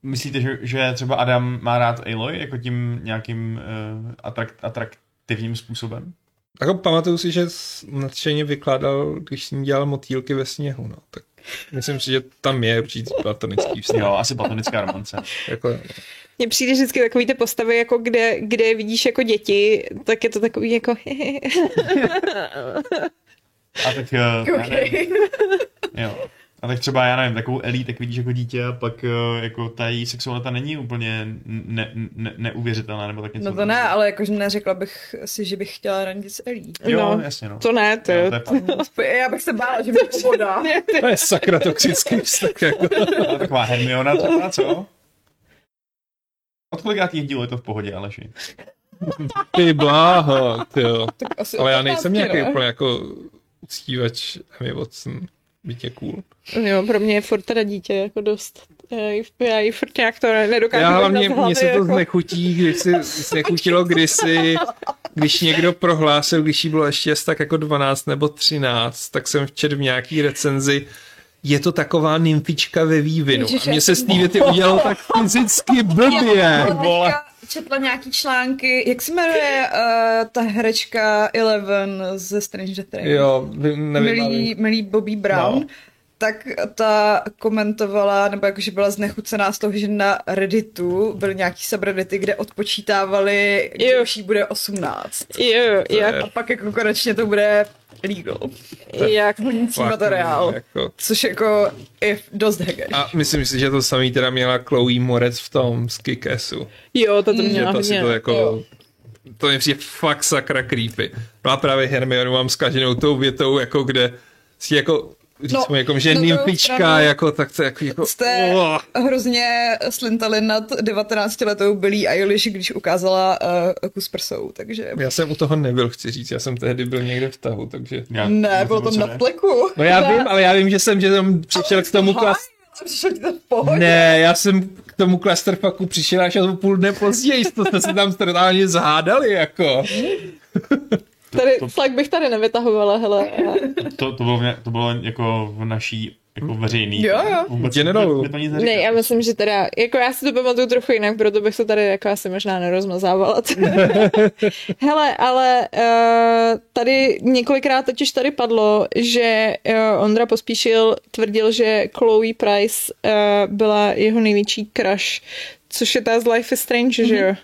Myslíte, že, že třeba Adam má rád Aloy jako tím nějakým uh, atrakt, atraktivním způsobem? Jako pamatuju si, že s- nadšeně vykládal, když s ní dělal motýlky ve sněhu, no. Tak myslím si, že tam je určitě platonický vztah. Jo, asi platonická romance. Jako, Mně přijde vždycky takový ty postavy, jako kde, kde je vidíš jako děti, tak je to takový jako <laughs> A tak, uh, já nevím, Okay. jo. A tak třeba, já nevím, takovou Ellie, tak vidíš jako dítě a pak eh, jako ta její sexualita není úplně ne, ne, neuvěřitelná nebo tak něco. No to ne, ale jakože neřekla bych si, že bych chtěla randit s Elí. Jo, no. jasně, no. to ne, to, Jo, jo, to je fakt. Já bych se bála, že mi to podá. to je sakra toxický vztah. Jako. Ale taková Hermiona třeba, co? Od kolikátých dílů je to v pohodě, Aleši? Ty bláho, tyjo. Tak asi no. Ale já od nejsem 15, nějaký ne? úplně jako uctívač Emmy Watson. Byť je cool. jo, pro mě je furt teda dítě jako dost, já ji- já ji furt nějak to ne- nedokážu Já dostat hlavně, z hlavy, mně se to jako. znechutí, když <laughs> si znechutilo kdysi, když někdo prohlásil, když jí bylo ještě asi tak jako 12 nebo 13, tak jsem včetl v nějaký recenzi, je to taková nymfička ve vývinu. A mně se z té věty udělalo tak fyzicky jako blbě. Vole. Já četla nějaký články, jak se jmenuje uh, ta herečka Eleven ze Stranger Things? Jo, vy- nevím. milý, ale- milý Bobby Brown, No. no. tak ta komentovala, nebo jakože byla znechucená z toho, že na Redditu byly nějaký subreddity, kde odpočítávali, Jo. že už jí bude 18. Jo, jak, A pak jako konečně to bude legal. jak, Vnitřní Fakt, materiál. Jako. Což jako je dost hege. A myslím si, že to samý teda měla Chloe Moretz v tom z Kick-Assu. jo, to to Že měla No, to si hodně. to jako... To mi přijde fakt sakra creepy. No a právě Hermionu mám zkaženou tou větou, jako kde si jako říct No, mu jako, že na druhou nymfička, stranu- jako tak to jako, jako Jste oh, hrozně slintali nad 19-letou Billie Eilish, když ukázala uh, kus prsou, takže... já jsem u toho nebyl, chci říct, já jsem tehdy byl někde v tahu, takže. Já, Ne, bylo to na pleku. No já Ne. vím, ale já vím, že jsem, že tam přišel k tomu Háj, klas... ale Přišel ti to v pohodě. Ne, já jsem k tomu clusterfucku přišel až o půl dne později, to jsme se tam totálně zhádali, jako. Tady, flak bych tady nevytahovala, hele. Já- To, to, bylo, mě- to bylo jako v naší jako veřejný. Jo, jo. Vůbec, Generalu. mě to nic Ne, neříká. já myslím, že teda, jako já si to pamatuju trochu jinak, proto bych to tady jako asi možná nerozmazávala. Hele, ale eh, tady několikrát totiž tady padlo, že eh, Ondra Pospíšil tvrdil, že Chloe Price eh, byla jeho největší crush, což je ta z Life is Strange, mm-hmm. že jo?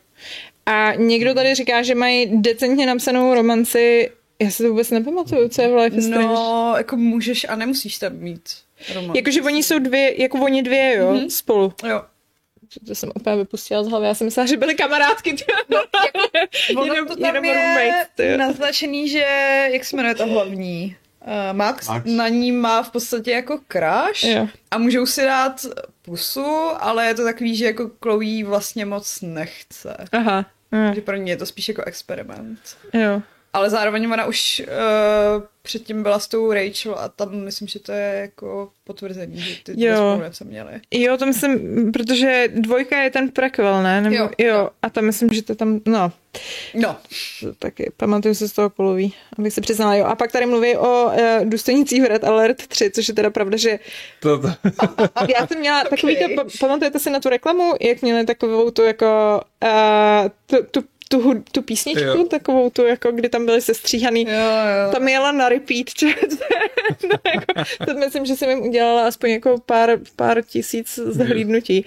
A někdo tady říká, že mají decentně napsanou romanci, já si to vůbec nepamatuju, co je v Life is Strange. No, jako můžeš a nemusíš tam mít román. Jakože oni jsou dvě, jako oni dvě, jo, mm-hmm. spolu. Jo. To- To jsem úplně vypustila z hlavy, já jsem myslela, že byly kamarádky. ty. Ono Jenom- to tam jenom je roommates, ty. naznačený, že, jak se jmenuje ta hlavní, uh, Max, Max. Max, na ní má v podstatě jako crush Jo. a můžou si dát pusu, ale je to takový, že jako Chloe vlastně moc nechce. Aha, Eh, Takže pro ně je to spíš jako experiment. jo. Ale zároveň ona už uh, předtím byla s tou Rachel a tam myslím, že to je jako potvrzení, že ty Jo. jo. se měli. Jo, to myslím, protože dvojka je ten prequel, ne? Nebo, jo. Jo. jo. A tam myslím, že to tam, no, No, to taky pamatuju si z toho koloví, abych se přiznala, jo. A pak tady mluví o uh, důstojnicích v Red Alert 3, což je teda pravda, že To, to, já jsem měla takový, Okay. okay. pa, pamatujete si na tu reklamu, jak měli takovou tu jako, uh, tu, tu, tu, hud- tu písničku, jo. Jo. takovou tu, jako kdy tam byly sestříhaný jo, jo. Tam jela na repeat, <laughs> že no, jako, to myslím, že jsem jim udělala aspoň jako pár, pár tisíc zhlídnutí.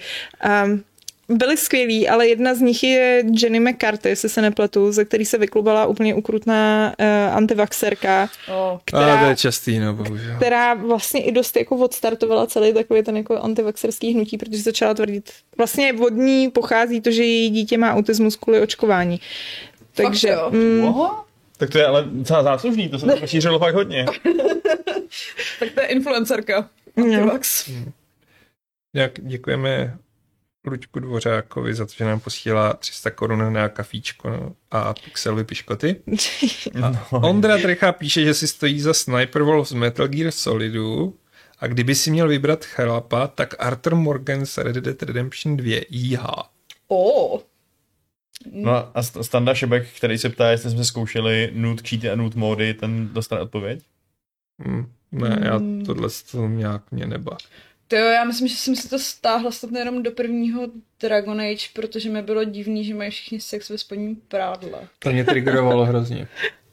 Um, byly skvělí, ale jedna z nich je Jenny McCarthy, jestli se nepletu, ze který se vyklubala úplně ukrutná uh, antivaxerka, Oh. která, a to je častý, no bohužel. která vlastně i dost jako odstartovala celý takový ten jako antivaxerský hnutí, protože začala tvrdit, vlastně od ní pochází to, že její dítě má autismus kvůli očkování. Takže, jo. mm, Oho, Tak to je ale docela záslužný, to se to rozšířilo <laughs> fakt hodně. tak to je influencerka. Jo. Antivax. Nějak děkujeme Luďku Dvořákovi za to, že nám posílá 300 korun na kafíčko a pixelovy piškoty. A Ondra Trecha píše, že si stojí za Sniper Wolf z Metal Gear Solidu a kdyby si měl vybrat chlapa, tak Arthur Morgan z Red Dead Redemption 2 IH. Oh. No a St- Standa Šebek, který se ptá, jestli jsme zkoušeli nude cheaty a nude mody, ten dostane odpověď. Hm, ne, já tohle to nějak mě neba. To jo, já myslím, že jsem si to stáhla snad jenom do prvního Dragon Age, protože mi bylo divný, že mají všichni sex ve spodním prádle. To mě triggerovalo hrozně.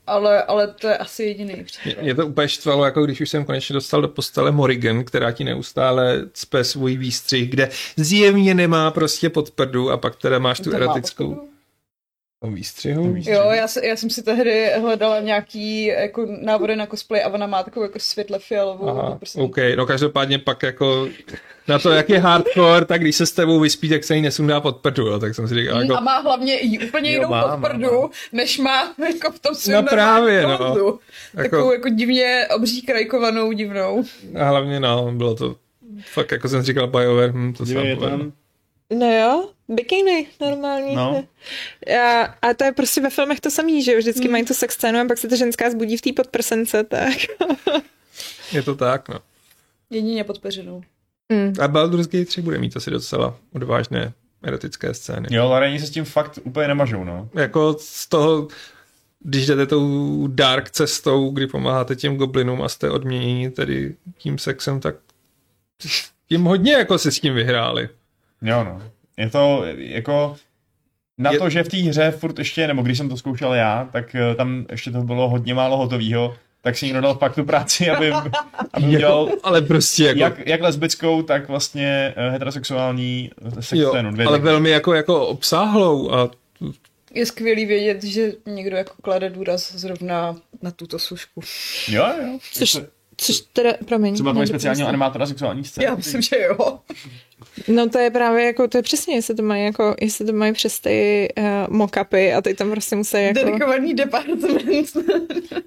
Ale, ale to je asi jediný Mě, příklad. mě to úplně štvalo, jako když už jsem konečně dostal do postele Morrigan, která ti neustále cpe svůj výstřih, kde zjevně nemá prostě podprdu a pak teda máš tu To má erotickou podporu. tom výstřihu. Jo, já, se- já jsem si tehdy hledala nějaký jako návody na cosplay a ona má takovou jako světle fialovou. Aha, prostě. OK, no každopádně pak jako na to, jak je hardcore, tak když se s tebou vyspí, tak se jí nesundá pod prdu, jo, tak jsem si říkal, A jako, má hlavně i úplně Jo, jinou má, má, podprdu, má. než má jako v tom svém No právě, normálním no. proudu. Jako- Takovou jako divně obří krajkovanou divnou. a hlavně no, bylo to fakt, jako jsem říkal, BioWare, hm, to se Dívej, vám je povedlo. tam. No jo, bikiny normální. No. A, a to je prostě ve filmech to samý, že jo? Vždycky mají tu sex scénu a pak se ta ženská zbudí v té podprsence, tak. Je to tak, no. Jedině pod peřinou. A Baldur's Gate 3 bude mít asi docela odvážné erotické scény. Jo, Lareni se s tím fakt úplně nemažou, no. jako z toho, když jdete tou dark cestou, kdy pomáháte těm goblinům a jste odměněni tedy tím sexem, tak tím hodně jako si s tím vyhráli. Jo, no. Je to jako... Na Je- to, že v té hře furt ještě, nebo když jsem to zkoušel já, tak eh, tam ještě to bylo hodně málo hotového, tak si někdo dal fakt tu práci, aby, <laughs> aby udělal Jako, ale prostě jako, jak, jak lesbickou, tak vlastně eh, heterosexuální eh, sex jo, scénu. Dvě ale dvě. velmi jako, jako obsáhlou a Je skvělý vědět, že někdo jako klade důraz zrovna na tuto služku. Jo, jo. Což Což teda, promiň. Třeba mají nevím, speciálního jestli- animátora sexuální scény. Já myslím, že Jako- jo. No to je právě jako, to je přesně, jestli to mají jako, jestli to mají přes ty uh, mockupy a teď tam prostě musí jako... Dedikovaný department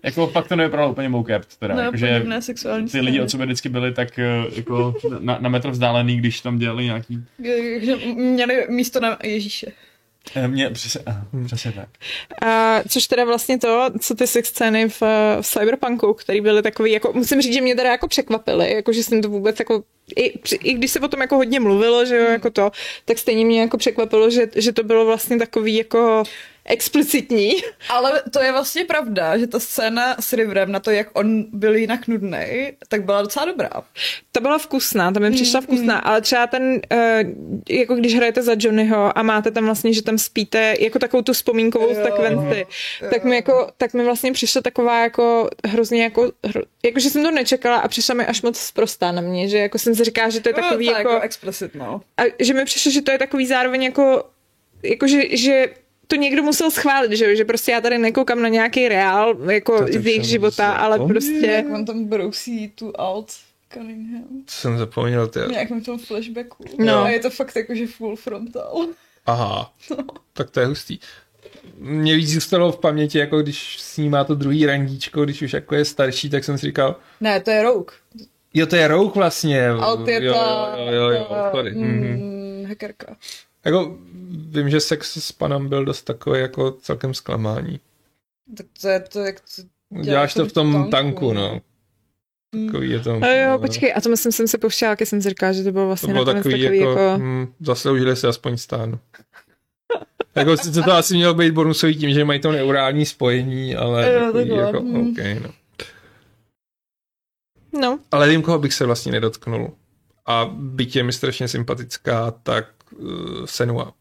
Jako pak to nevypadalo úplně mocap, teda. na jakože podivné sexuální ty lidi od sebe vždycky byli tak eh, jako na, na metr vzdálený, když tam dělali nějaký... Že Měli místo na Ježíše. Eh, Mě, přesně, aha, přesně tak. A což teda vlastně to, co ty sex scény v, v Cyberpunku, které byly takový, jako, musím říct, že mě teda jako překvapily, jako, že jsem to vůbec jako, i, při- i, když se o tom jako hodně mluvilo, že jo, jako to, tak stejně mě jako překvapilo, že, že to bylo vlastně takový jako explicitní. Ale to je vlastně pravda, že ta scéna s Riverem na to, jak on byl jinak nudný, tak byla docela dobrá. Ta byla vkusná, ta mi přišla vkusná, ale třeba ten, eh, jako když hrajete za Johnnyho a máte tam vlastně, že tam spíte jako takovou tu vzpomínkovou Jo. sekvenci, tak mi, jako, tak mi vlastně přišla taková jako hrozně jako, hro, jako že jsem to nečekala a přišla mi až moc sprostá na mě, že jako jsem si říkala, že to No, je takový ta jako, jako explicit, no. a že mi přišlo, že to je takový zároveň jako, jako že, že to někdo musel schválit, že, jo, že prostě já tady nekoukám na nějaký reál jako To ty z jejich všem života, ale zapomněl. prostě... Jak on tam brousí tu out Cunningham. To jsem zapomněl, ty. V nějakém tom flashbacku. No. A je to fakt jakože full frontal. Aha, tak to je hustý. Mně víc zůstalo v paměti, jako když snímá to druhý randíčko, když už jako je starší, tak jsem si říkal, Ne, to je Rogue. jo, to je Rouk vlastně. Alt je jo, ta... jo, jo, jo, jo, ta, sorry. Mhm. mm, hackerka. Jako, vím, že sex s panem byl dost takový jako celkem zklamání. Tak to je to, jak to... Děláš jako to v tom tanku, tanku, no. Mm. Takový je to. A jo, počkej, a to myslím, jsem se povštěla, jak jsem si říkala, že to bylo No, To vlastně bylo nakonec takový, jako, hm, zasloužili se aspoň stán. <laughs> jako sice to asi mělo být bonusový tím, že mají to neurální spojení, ale Jo, takový, takhle, jako, mm. hm. okay, no. No, Ale vím, koho bych se vlastně nedotknul. A byť je mi strašně sympatická, tak uh, Senua.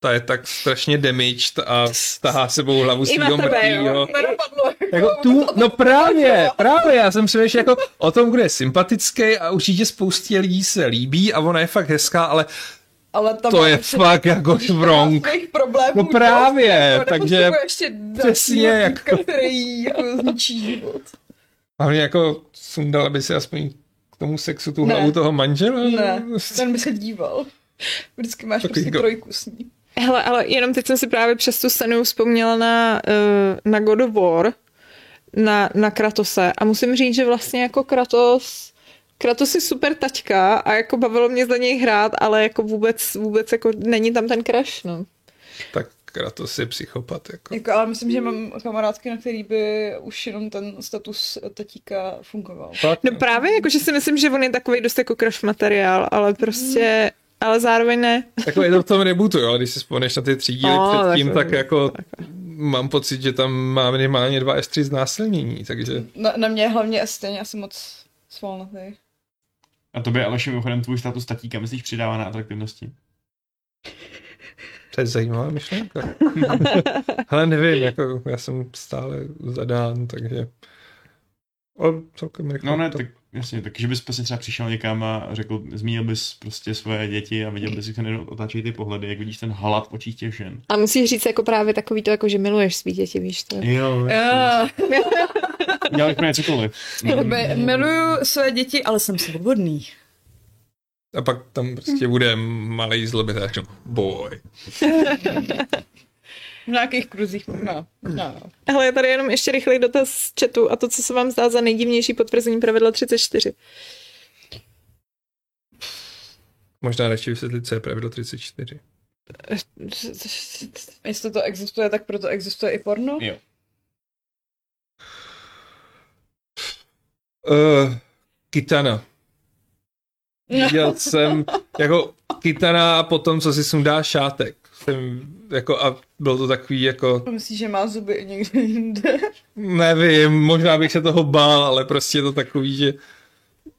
Ta je tak strašně damaged a tahá sebou hlavu I na svého tebe, jo. mrtvýho. Nenapadlo. Jako tu, no právě, právě, já jsem přemýšlel jako o tom, kdo je sympatický a určitě spoustě lidí se líbí a ona je fakt hezká, ale Ale tam to je prostě fakt jako wrong. těch problémů. No dost, právě, jako takže nepotřebuje ještě přesně přesně jako- jako... který jí jako zničí <laughs> život. A mě jako sundala by si aspoň k tomu sexu tu Ne. hlavu toho manžela? No, Ne, Prostě- ten by se díval. Vždycky máš Takový prostě go- trojku s ní. hele, ale jenom teď jsem si právě přes tu scénu vzpomněla na, eh, na God of War, na, na Kratose a musím říct, že vlastně jako Kratos, Kratos je super taťka a jako bavilo mě za něj hrát, ale jako vůbec, vůbec jako není tam ten crash, no. Tak Kratos je psychopat, jako. Jako, ale myslím, že mám kamarádky, na který by už jenom ten status tatíka fungoval. Fakt, No právě, jakože si myslím, že on je takový dost jako crash materiál, ale prostě, Hmm. ale zároveň ne. Jako je to v tom rebootu, jo, když si vzpomeneš na ty tři díly No, předtím, tak- tak, jako mám pocit, že tam má minimálně dva S3 znásilnění, takže Na, na mě hlavně a stejně asi moc svalnatý. A to by Aleši mimochodem tvůj status tatíka, myslíš, přidává na atraktivnosti? to je zajímavá myšlenka. <laughs> Ale nevím, jako já jsem stále zadán, takže ale celkem rychle No ne, to- tak jasně, takže bys prostě třeba přišel někam a řekl, zmínil bys prostě svoje děti a viděl bys, jak se nejdou otáčejí ty pohledy, jak vidíš ten hlad v očích těch žen. A musíš říct jako právě takový to, jako že miluješ svý děti, víš to. Jo, Uh, Eh. dělali jsme cokoliv. Hmm. miluju své děti, ale jsem svobodný. A pak tam prostě bude malý zlobitáč, no, boj. V nějakých kruzích možná. No. Ale je tady jenom ještě rychlej dotaz z chatu a to, co se vám zdá za nejdivnější potvrzení pravidla 34. Možná radši vysvětlit, co je pravidlo 34. Jestli to existuje, tak proto existuje i porno. Jo. Uh, kitana. <laughs> Viděl jsem jako kitana a potom, co si sundá šátek. Jsem, jako, a bylo to takový jako, No. Myslíš, že má zuby i někde jinde? nevím, možná bych se toho bál, ale prostě je to takový, že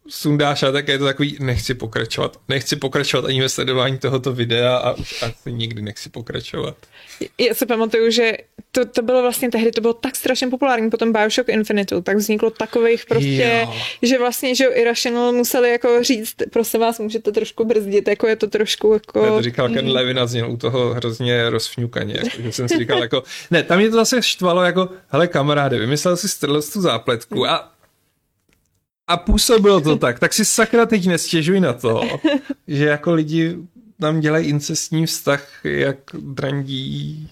sundá šátek a je to takový, nechci pokračovat. Nechci pokračovat ani ve sledování tohoto videa a už asi nikdy nechci pokračovat. Já se pamatuju, že to, to bylo vlastně tehdy, to bylo tak strašně populární, potom Bioshock Infinitu, tak vzniklo takových prostě, Jo. že vlastně, že jo, Irrational museli jako říct, prosím vás, můžete trošku brzdit, jako je to trošku Ne, jako... to říkal Ken Levin a zněl u toho hrozně rozfňukaně, jako, že jsem si říkal jako, ne, tam mě to zase štvalo jako, hele kamaráde, vymyslel si strlet tu zápletku a A působilo to tak. Tak si sakra teď nestěžuj na to, že jako lidi nám dělají incestní vztah, jak drandí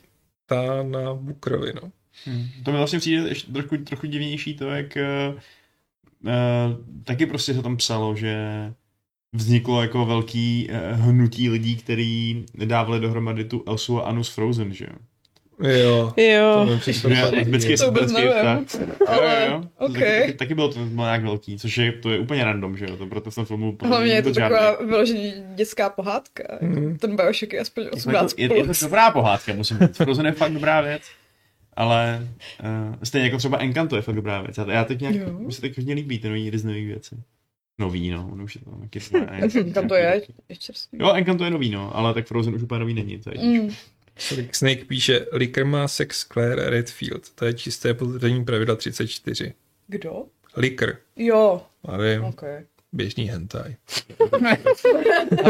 ta na Bukrovi, no. Hmm. To mi vlastně přijde ještě trochu, trochu divnější to, jak uh, taky prostě se tam psalo, že vzniklo jako velký uh, hnutí lidí, který dávali dohromady tu Elsu a Anu z Frozen, že jo? Jo. Jo. mi přišlo Že fakt Vždycky To vůbec vždycky- nevím. tak. Jo, Ale, jo, jo. To ok. Taky, taky, taky bylo to bylo nějak velký, což je, to je úplně random, že jo? To proto jsem filmu Hlavně je to žádný. taková vyloženě dětská pohádka. Mhm. Ten Bioshock je aspoň Jako je, 18 to, je, je to dobrá pohádka, musím říct. Frozen je fakt dobrá věc. Ale uh, stejně jako třeba Encanto je fakt dobrá věc. Já, já teď nějak, Jo. mi se teď hodně líbí ty nový Disneyový věci. Nový, no, ono už je to <laughs> taky Encanto je, je čerstvý. Jo, Encanto je nový, no, ale tak Frozen už úplně nový není. To je, Mm. Kolik Snake píše, Licker má sex Claire Redfield. To je čisté potvrzení pravidla 34. Kdo? Licker, Jo, ale je ok. běžný hentai. <laughs>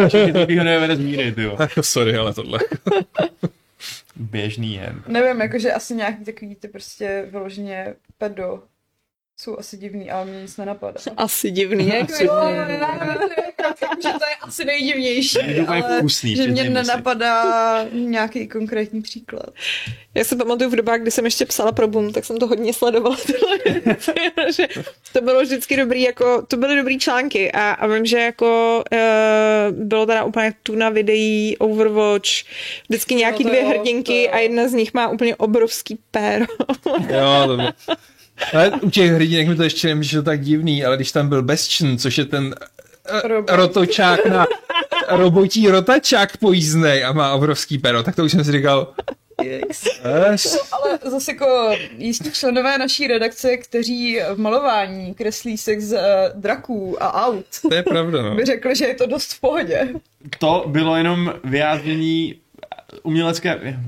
Všichni to takovýho nevede zmíry, ty jo. Jako sorry, ale tohle. Běžný jen. Nevím, jakože asi nějaký takový ty prostě vyloženě pedo jsou asi divný, ale mě nic nenapadá. Asi divný. Jako, Jo, ne, ne, ne, ne, že to je asi nejdivnější, Je to úplně ale vkusný, že mě přiznej mi si. nenapadá nějaký konkrétní příklad. Já se pamatuju v dobách, kdy jsem ještě psala pro Boom, tak jsem to hodně sledovala. <laughs> Tyhle věci, že to bylo vždycky dobrý, jako, to byly dobrý články a, a vím, že jako e, bylo teda úplně tuna videí, Overwatch, vždycky nějaký to dvě jo, hrdinky to jo. a jedna z nich má úplně obrovský péro. <laughs> Jo, to bylo. Ale u těch hrdinek mi to ještě nemyslelo tak divný, ale když tam byl Bastion, což je ten eh, Robot. rotočák na robotí rotačák pojízdnej a má obrovský pero, tak to už jsem si říkal, yes. Ale zase jako jistí členové naší redakce, kteří v malování kreslí sex eh, draků a aut, to je pravda, no. by řekli, že je to dost v pohodě. To bylo jenom vyjádření umělecké...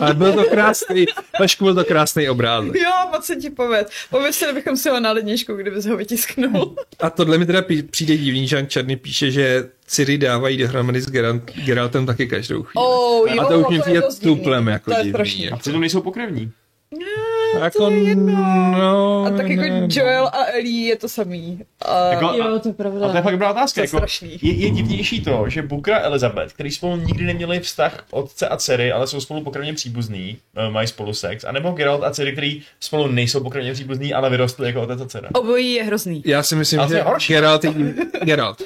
Ale byl to krásný, Vašku, byl to krásný obrázek. Jo, moc se ti poved. Pomysleli bychom si ho na ledničku, kdyby se ho vytisknul. A tohle mi teda pí- přijde divný, že Jan Černý píše, že Ciri dávají dohromady s Geralt, Geraltem taky každou chvíli. Oh, <laughs> a to už mi přijde tuplem jako To je divný. strašný. A Jako, přitom nejsou pokrevní. jako, no, A tak jako ne, ne. Joel a Ellie je to samý. A... Jako, a- to je A to je fakt dobrá otázka. No, To je jako, strašný. je, je divnější to, že Bukra a Elizabeth, který spolu nikdy neměli vztah otce a dcery, ale jsou spolu pokrevně příbuzní, eh, mají spolu sex, anebo Geralt a dcery, který spolu nejsou pokrevně příbuzní, ale vyrostli jako otec a dcera. Obojí je hrozný. Já si myslím, Ale to je že horší. Geralt je, Geralt.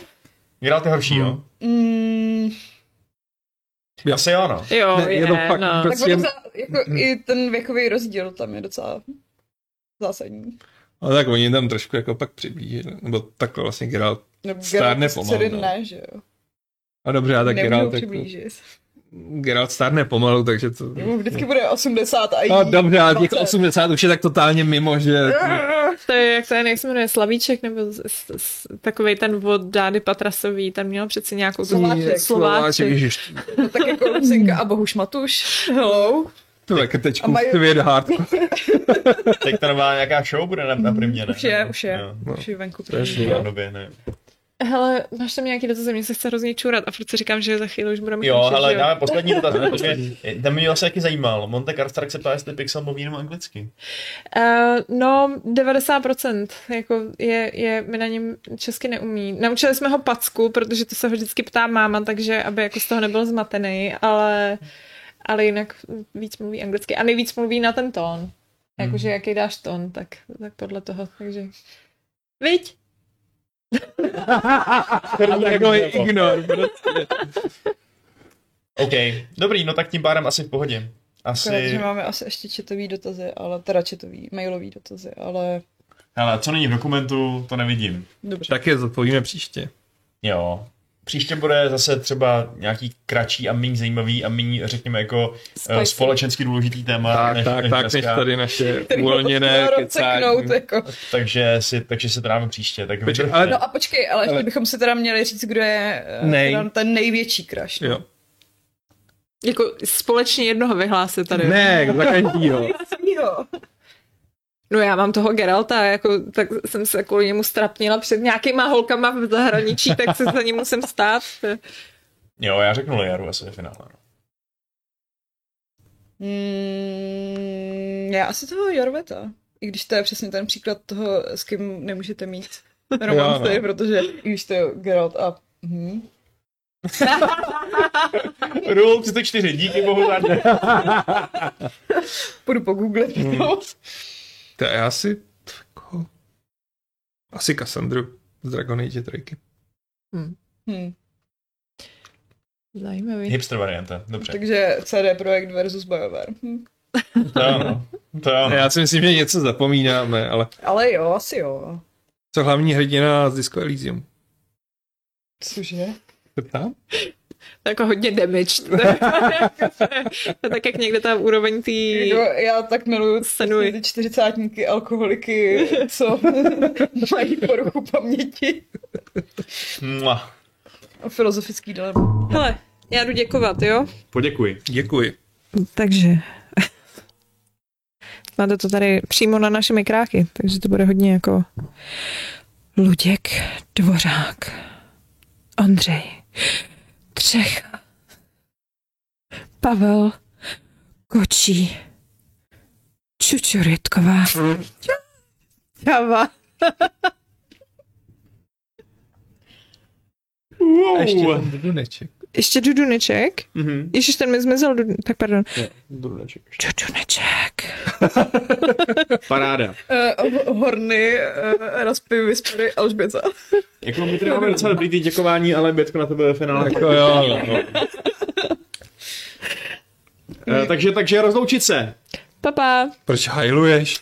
Geralt je horší, Hmm. jo? Mm, Jo. Asi jo, no. <laughs> Jo, Ne, je, je to fakt no. prostě- tak on docela, jako i ten věkový rozdíl tam je docela zásadní. Ale tak oni tam trošku jako pak přiblížili, nebo takhle vlastně Geralt. Nebo Stárne Geralt pomalu, dcery no. ne, že jo. A dobře, a tak Nemůžu Geralt, jako, přiblížit. Geralt stárne pomalu, takže to... Jemu vždycky bude 80 a jí Mhm. No dobře, ale těch 20. 80 už je tak totálně mimo, že... To je, jak to je, jak se jmenuje, Slavíček, nebo z, z, z, takovej ten od Dády Patrasový, ten měl přece nějakou... tu- Slováček. Slováček. Ježiš, No, tak jako Lucinka a <laughs> Bohuš Matuš. Hello. tohle krtečku, mají- svět <laughs> hardcore. Teď ta nová nějaká show bude na, na primě, ne? Už je, už je. Jo. Už je venku. Strašný. Na době, ne. Hele, máš tam nějaký dotaz, mě se chce hrozně čurat a furt si říkám, že za chvíli už budeme Jo, končit, ale že dáme poslední dotaz, <laughs> protože tam mě vlastně taky zajímal. Monte Karstark se ptá, jestli Pixel mluví jenom anglicky. Uh, no, 90% jako je, je, my na něm česky neumí. Naučili jsme ho packu, protože to se ho vždycky ptá máma, takže aby jako z toho nebyl zmatený, ale, ale jinak víc mluví anglicky a nejvíc mluví na ten tón. Hmm. Jakože jaký dáš tón, tak, tak podle toho, takže... Viď? A takový ignor, prostě. OK, dobrý, no tak tím pádem asi v pohodě. Akorát, že Asi, máme asi ještě četový dotazy, ale teda četový, mailový dotazy, ale ale co není v dokumentu, to nevidím. dobře. Tak je zodpovíme příště. Jo. Příště bude zase třeba nějaký kratší a méně zajímavý a méně, řekněme, jako uh, Spicy. společensky důležitý téma. Tak, než- tak, tak, než dneska. tady naše Který uvolněné ho to chtěla kecání. rozseknout, jako. Takže si, takže se dáme příště. Tak Počkej, vydržte. ale- No a počkej, ale ještě Ale- bychom si teda měli říct, kdo je eh, Nej. teda ten největší crush. Jo. Jako společně jednoho vyhlásit tady. Ne, za každýho. Jo. No já mám toho Geralta, jako, tak jsem se kvůli němu strapnila před nějakýma holkama v zahraničí, tak se za ním musím stát. Jo, já řeknu Lejaru asi ve finále. No. Hmm, Mm, já asi toho Jorveta. I když to je přesně ten příklad toho, s kým nemůžete mít romanty, Jo, no. protože víš to Geralt a hm. <laughs> Rule 34, díky bohu za dne. Půjdu po Google. Hmm. To já si... Koho? Asi Cassandru z Dragon Age trojky. <laughs> Hmm. Zajímavý. <laughs> Hipster varianta, dobře. Takže CD Projekt versus BioWare. Hm. To ano, to no. ano. Já si myslím, že něco zapomínáme, ale Ale jo, asi jo. co hlavní hrdina z Disco Elysium? Cože? Se ptám? To je jako hodně damage. <laughs> To je jako- to je tak, jak někde ta úroveň tý... Jo, já tak miluju Senuji. přesně ty čtyřicátníky, alkoholiky, <laughs> co mají poruchu paměti. Mua. A filozofický dilema. Hele, já jdu děkovat, jo? Poděkuji. Děkuji. Takže. <laughs> Máte to tady přímo na našimi kráky, takže to bude hodně jako Luděk, Dvořák, Andrej, Třecha, Pavel, Kočí, Čučuritková, Čava. A ještě ten Duduneček. Ještě Duduneček. Mhm. Ježiš, ten mi zmizel, Dudu- tak pardon. Druneček. Duduneček. Paráda. Uh, horny, uh, raspy, vyspěry, Alžběta. Jako my tady máme docela dobrý ty děkování, ale Bětko na to bude ve finále. Jako <laughs> jo, no. Eh, takže, takže rozloučit se. Pa, pa. Proč hajluješ?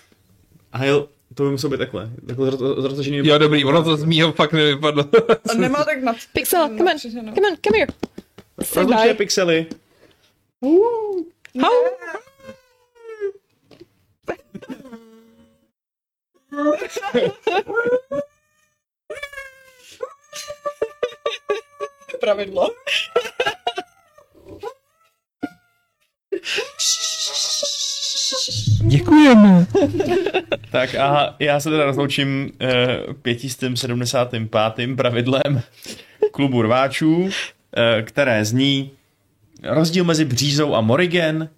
A jo, to by muselo být takhle. Takhle zro- zrotažený. Jo, dobrý, ono to z mýho fakt nevypadlo. A nemá tak na... Pixel, come on, Napřeženo. come on, come here. Say Rozlučuje bye. pixely. How? Pravidlo. Děkujeme. Tak a já se teda rozloučím eh, 575. pravidlem klubu rváčů, eh, které zní rozdíl mezi břízou a morigen,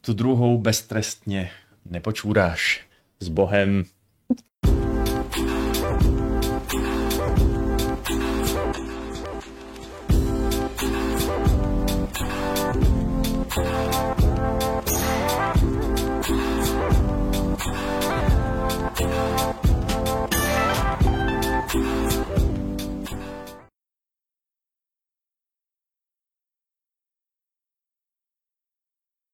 tu druhou beztrestně nepočůráš. S Bohem.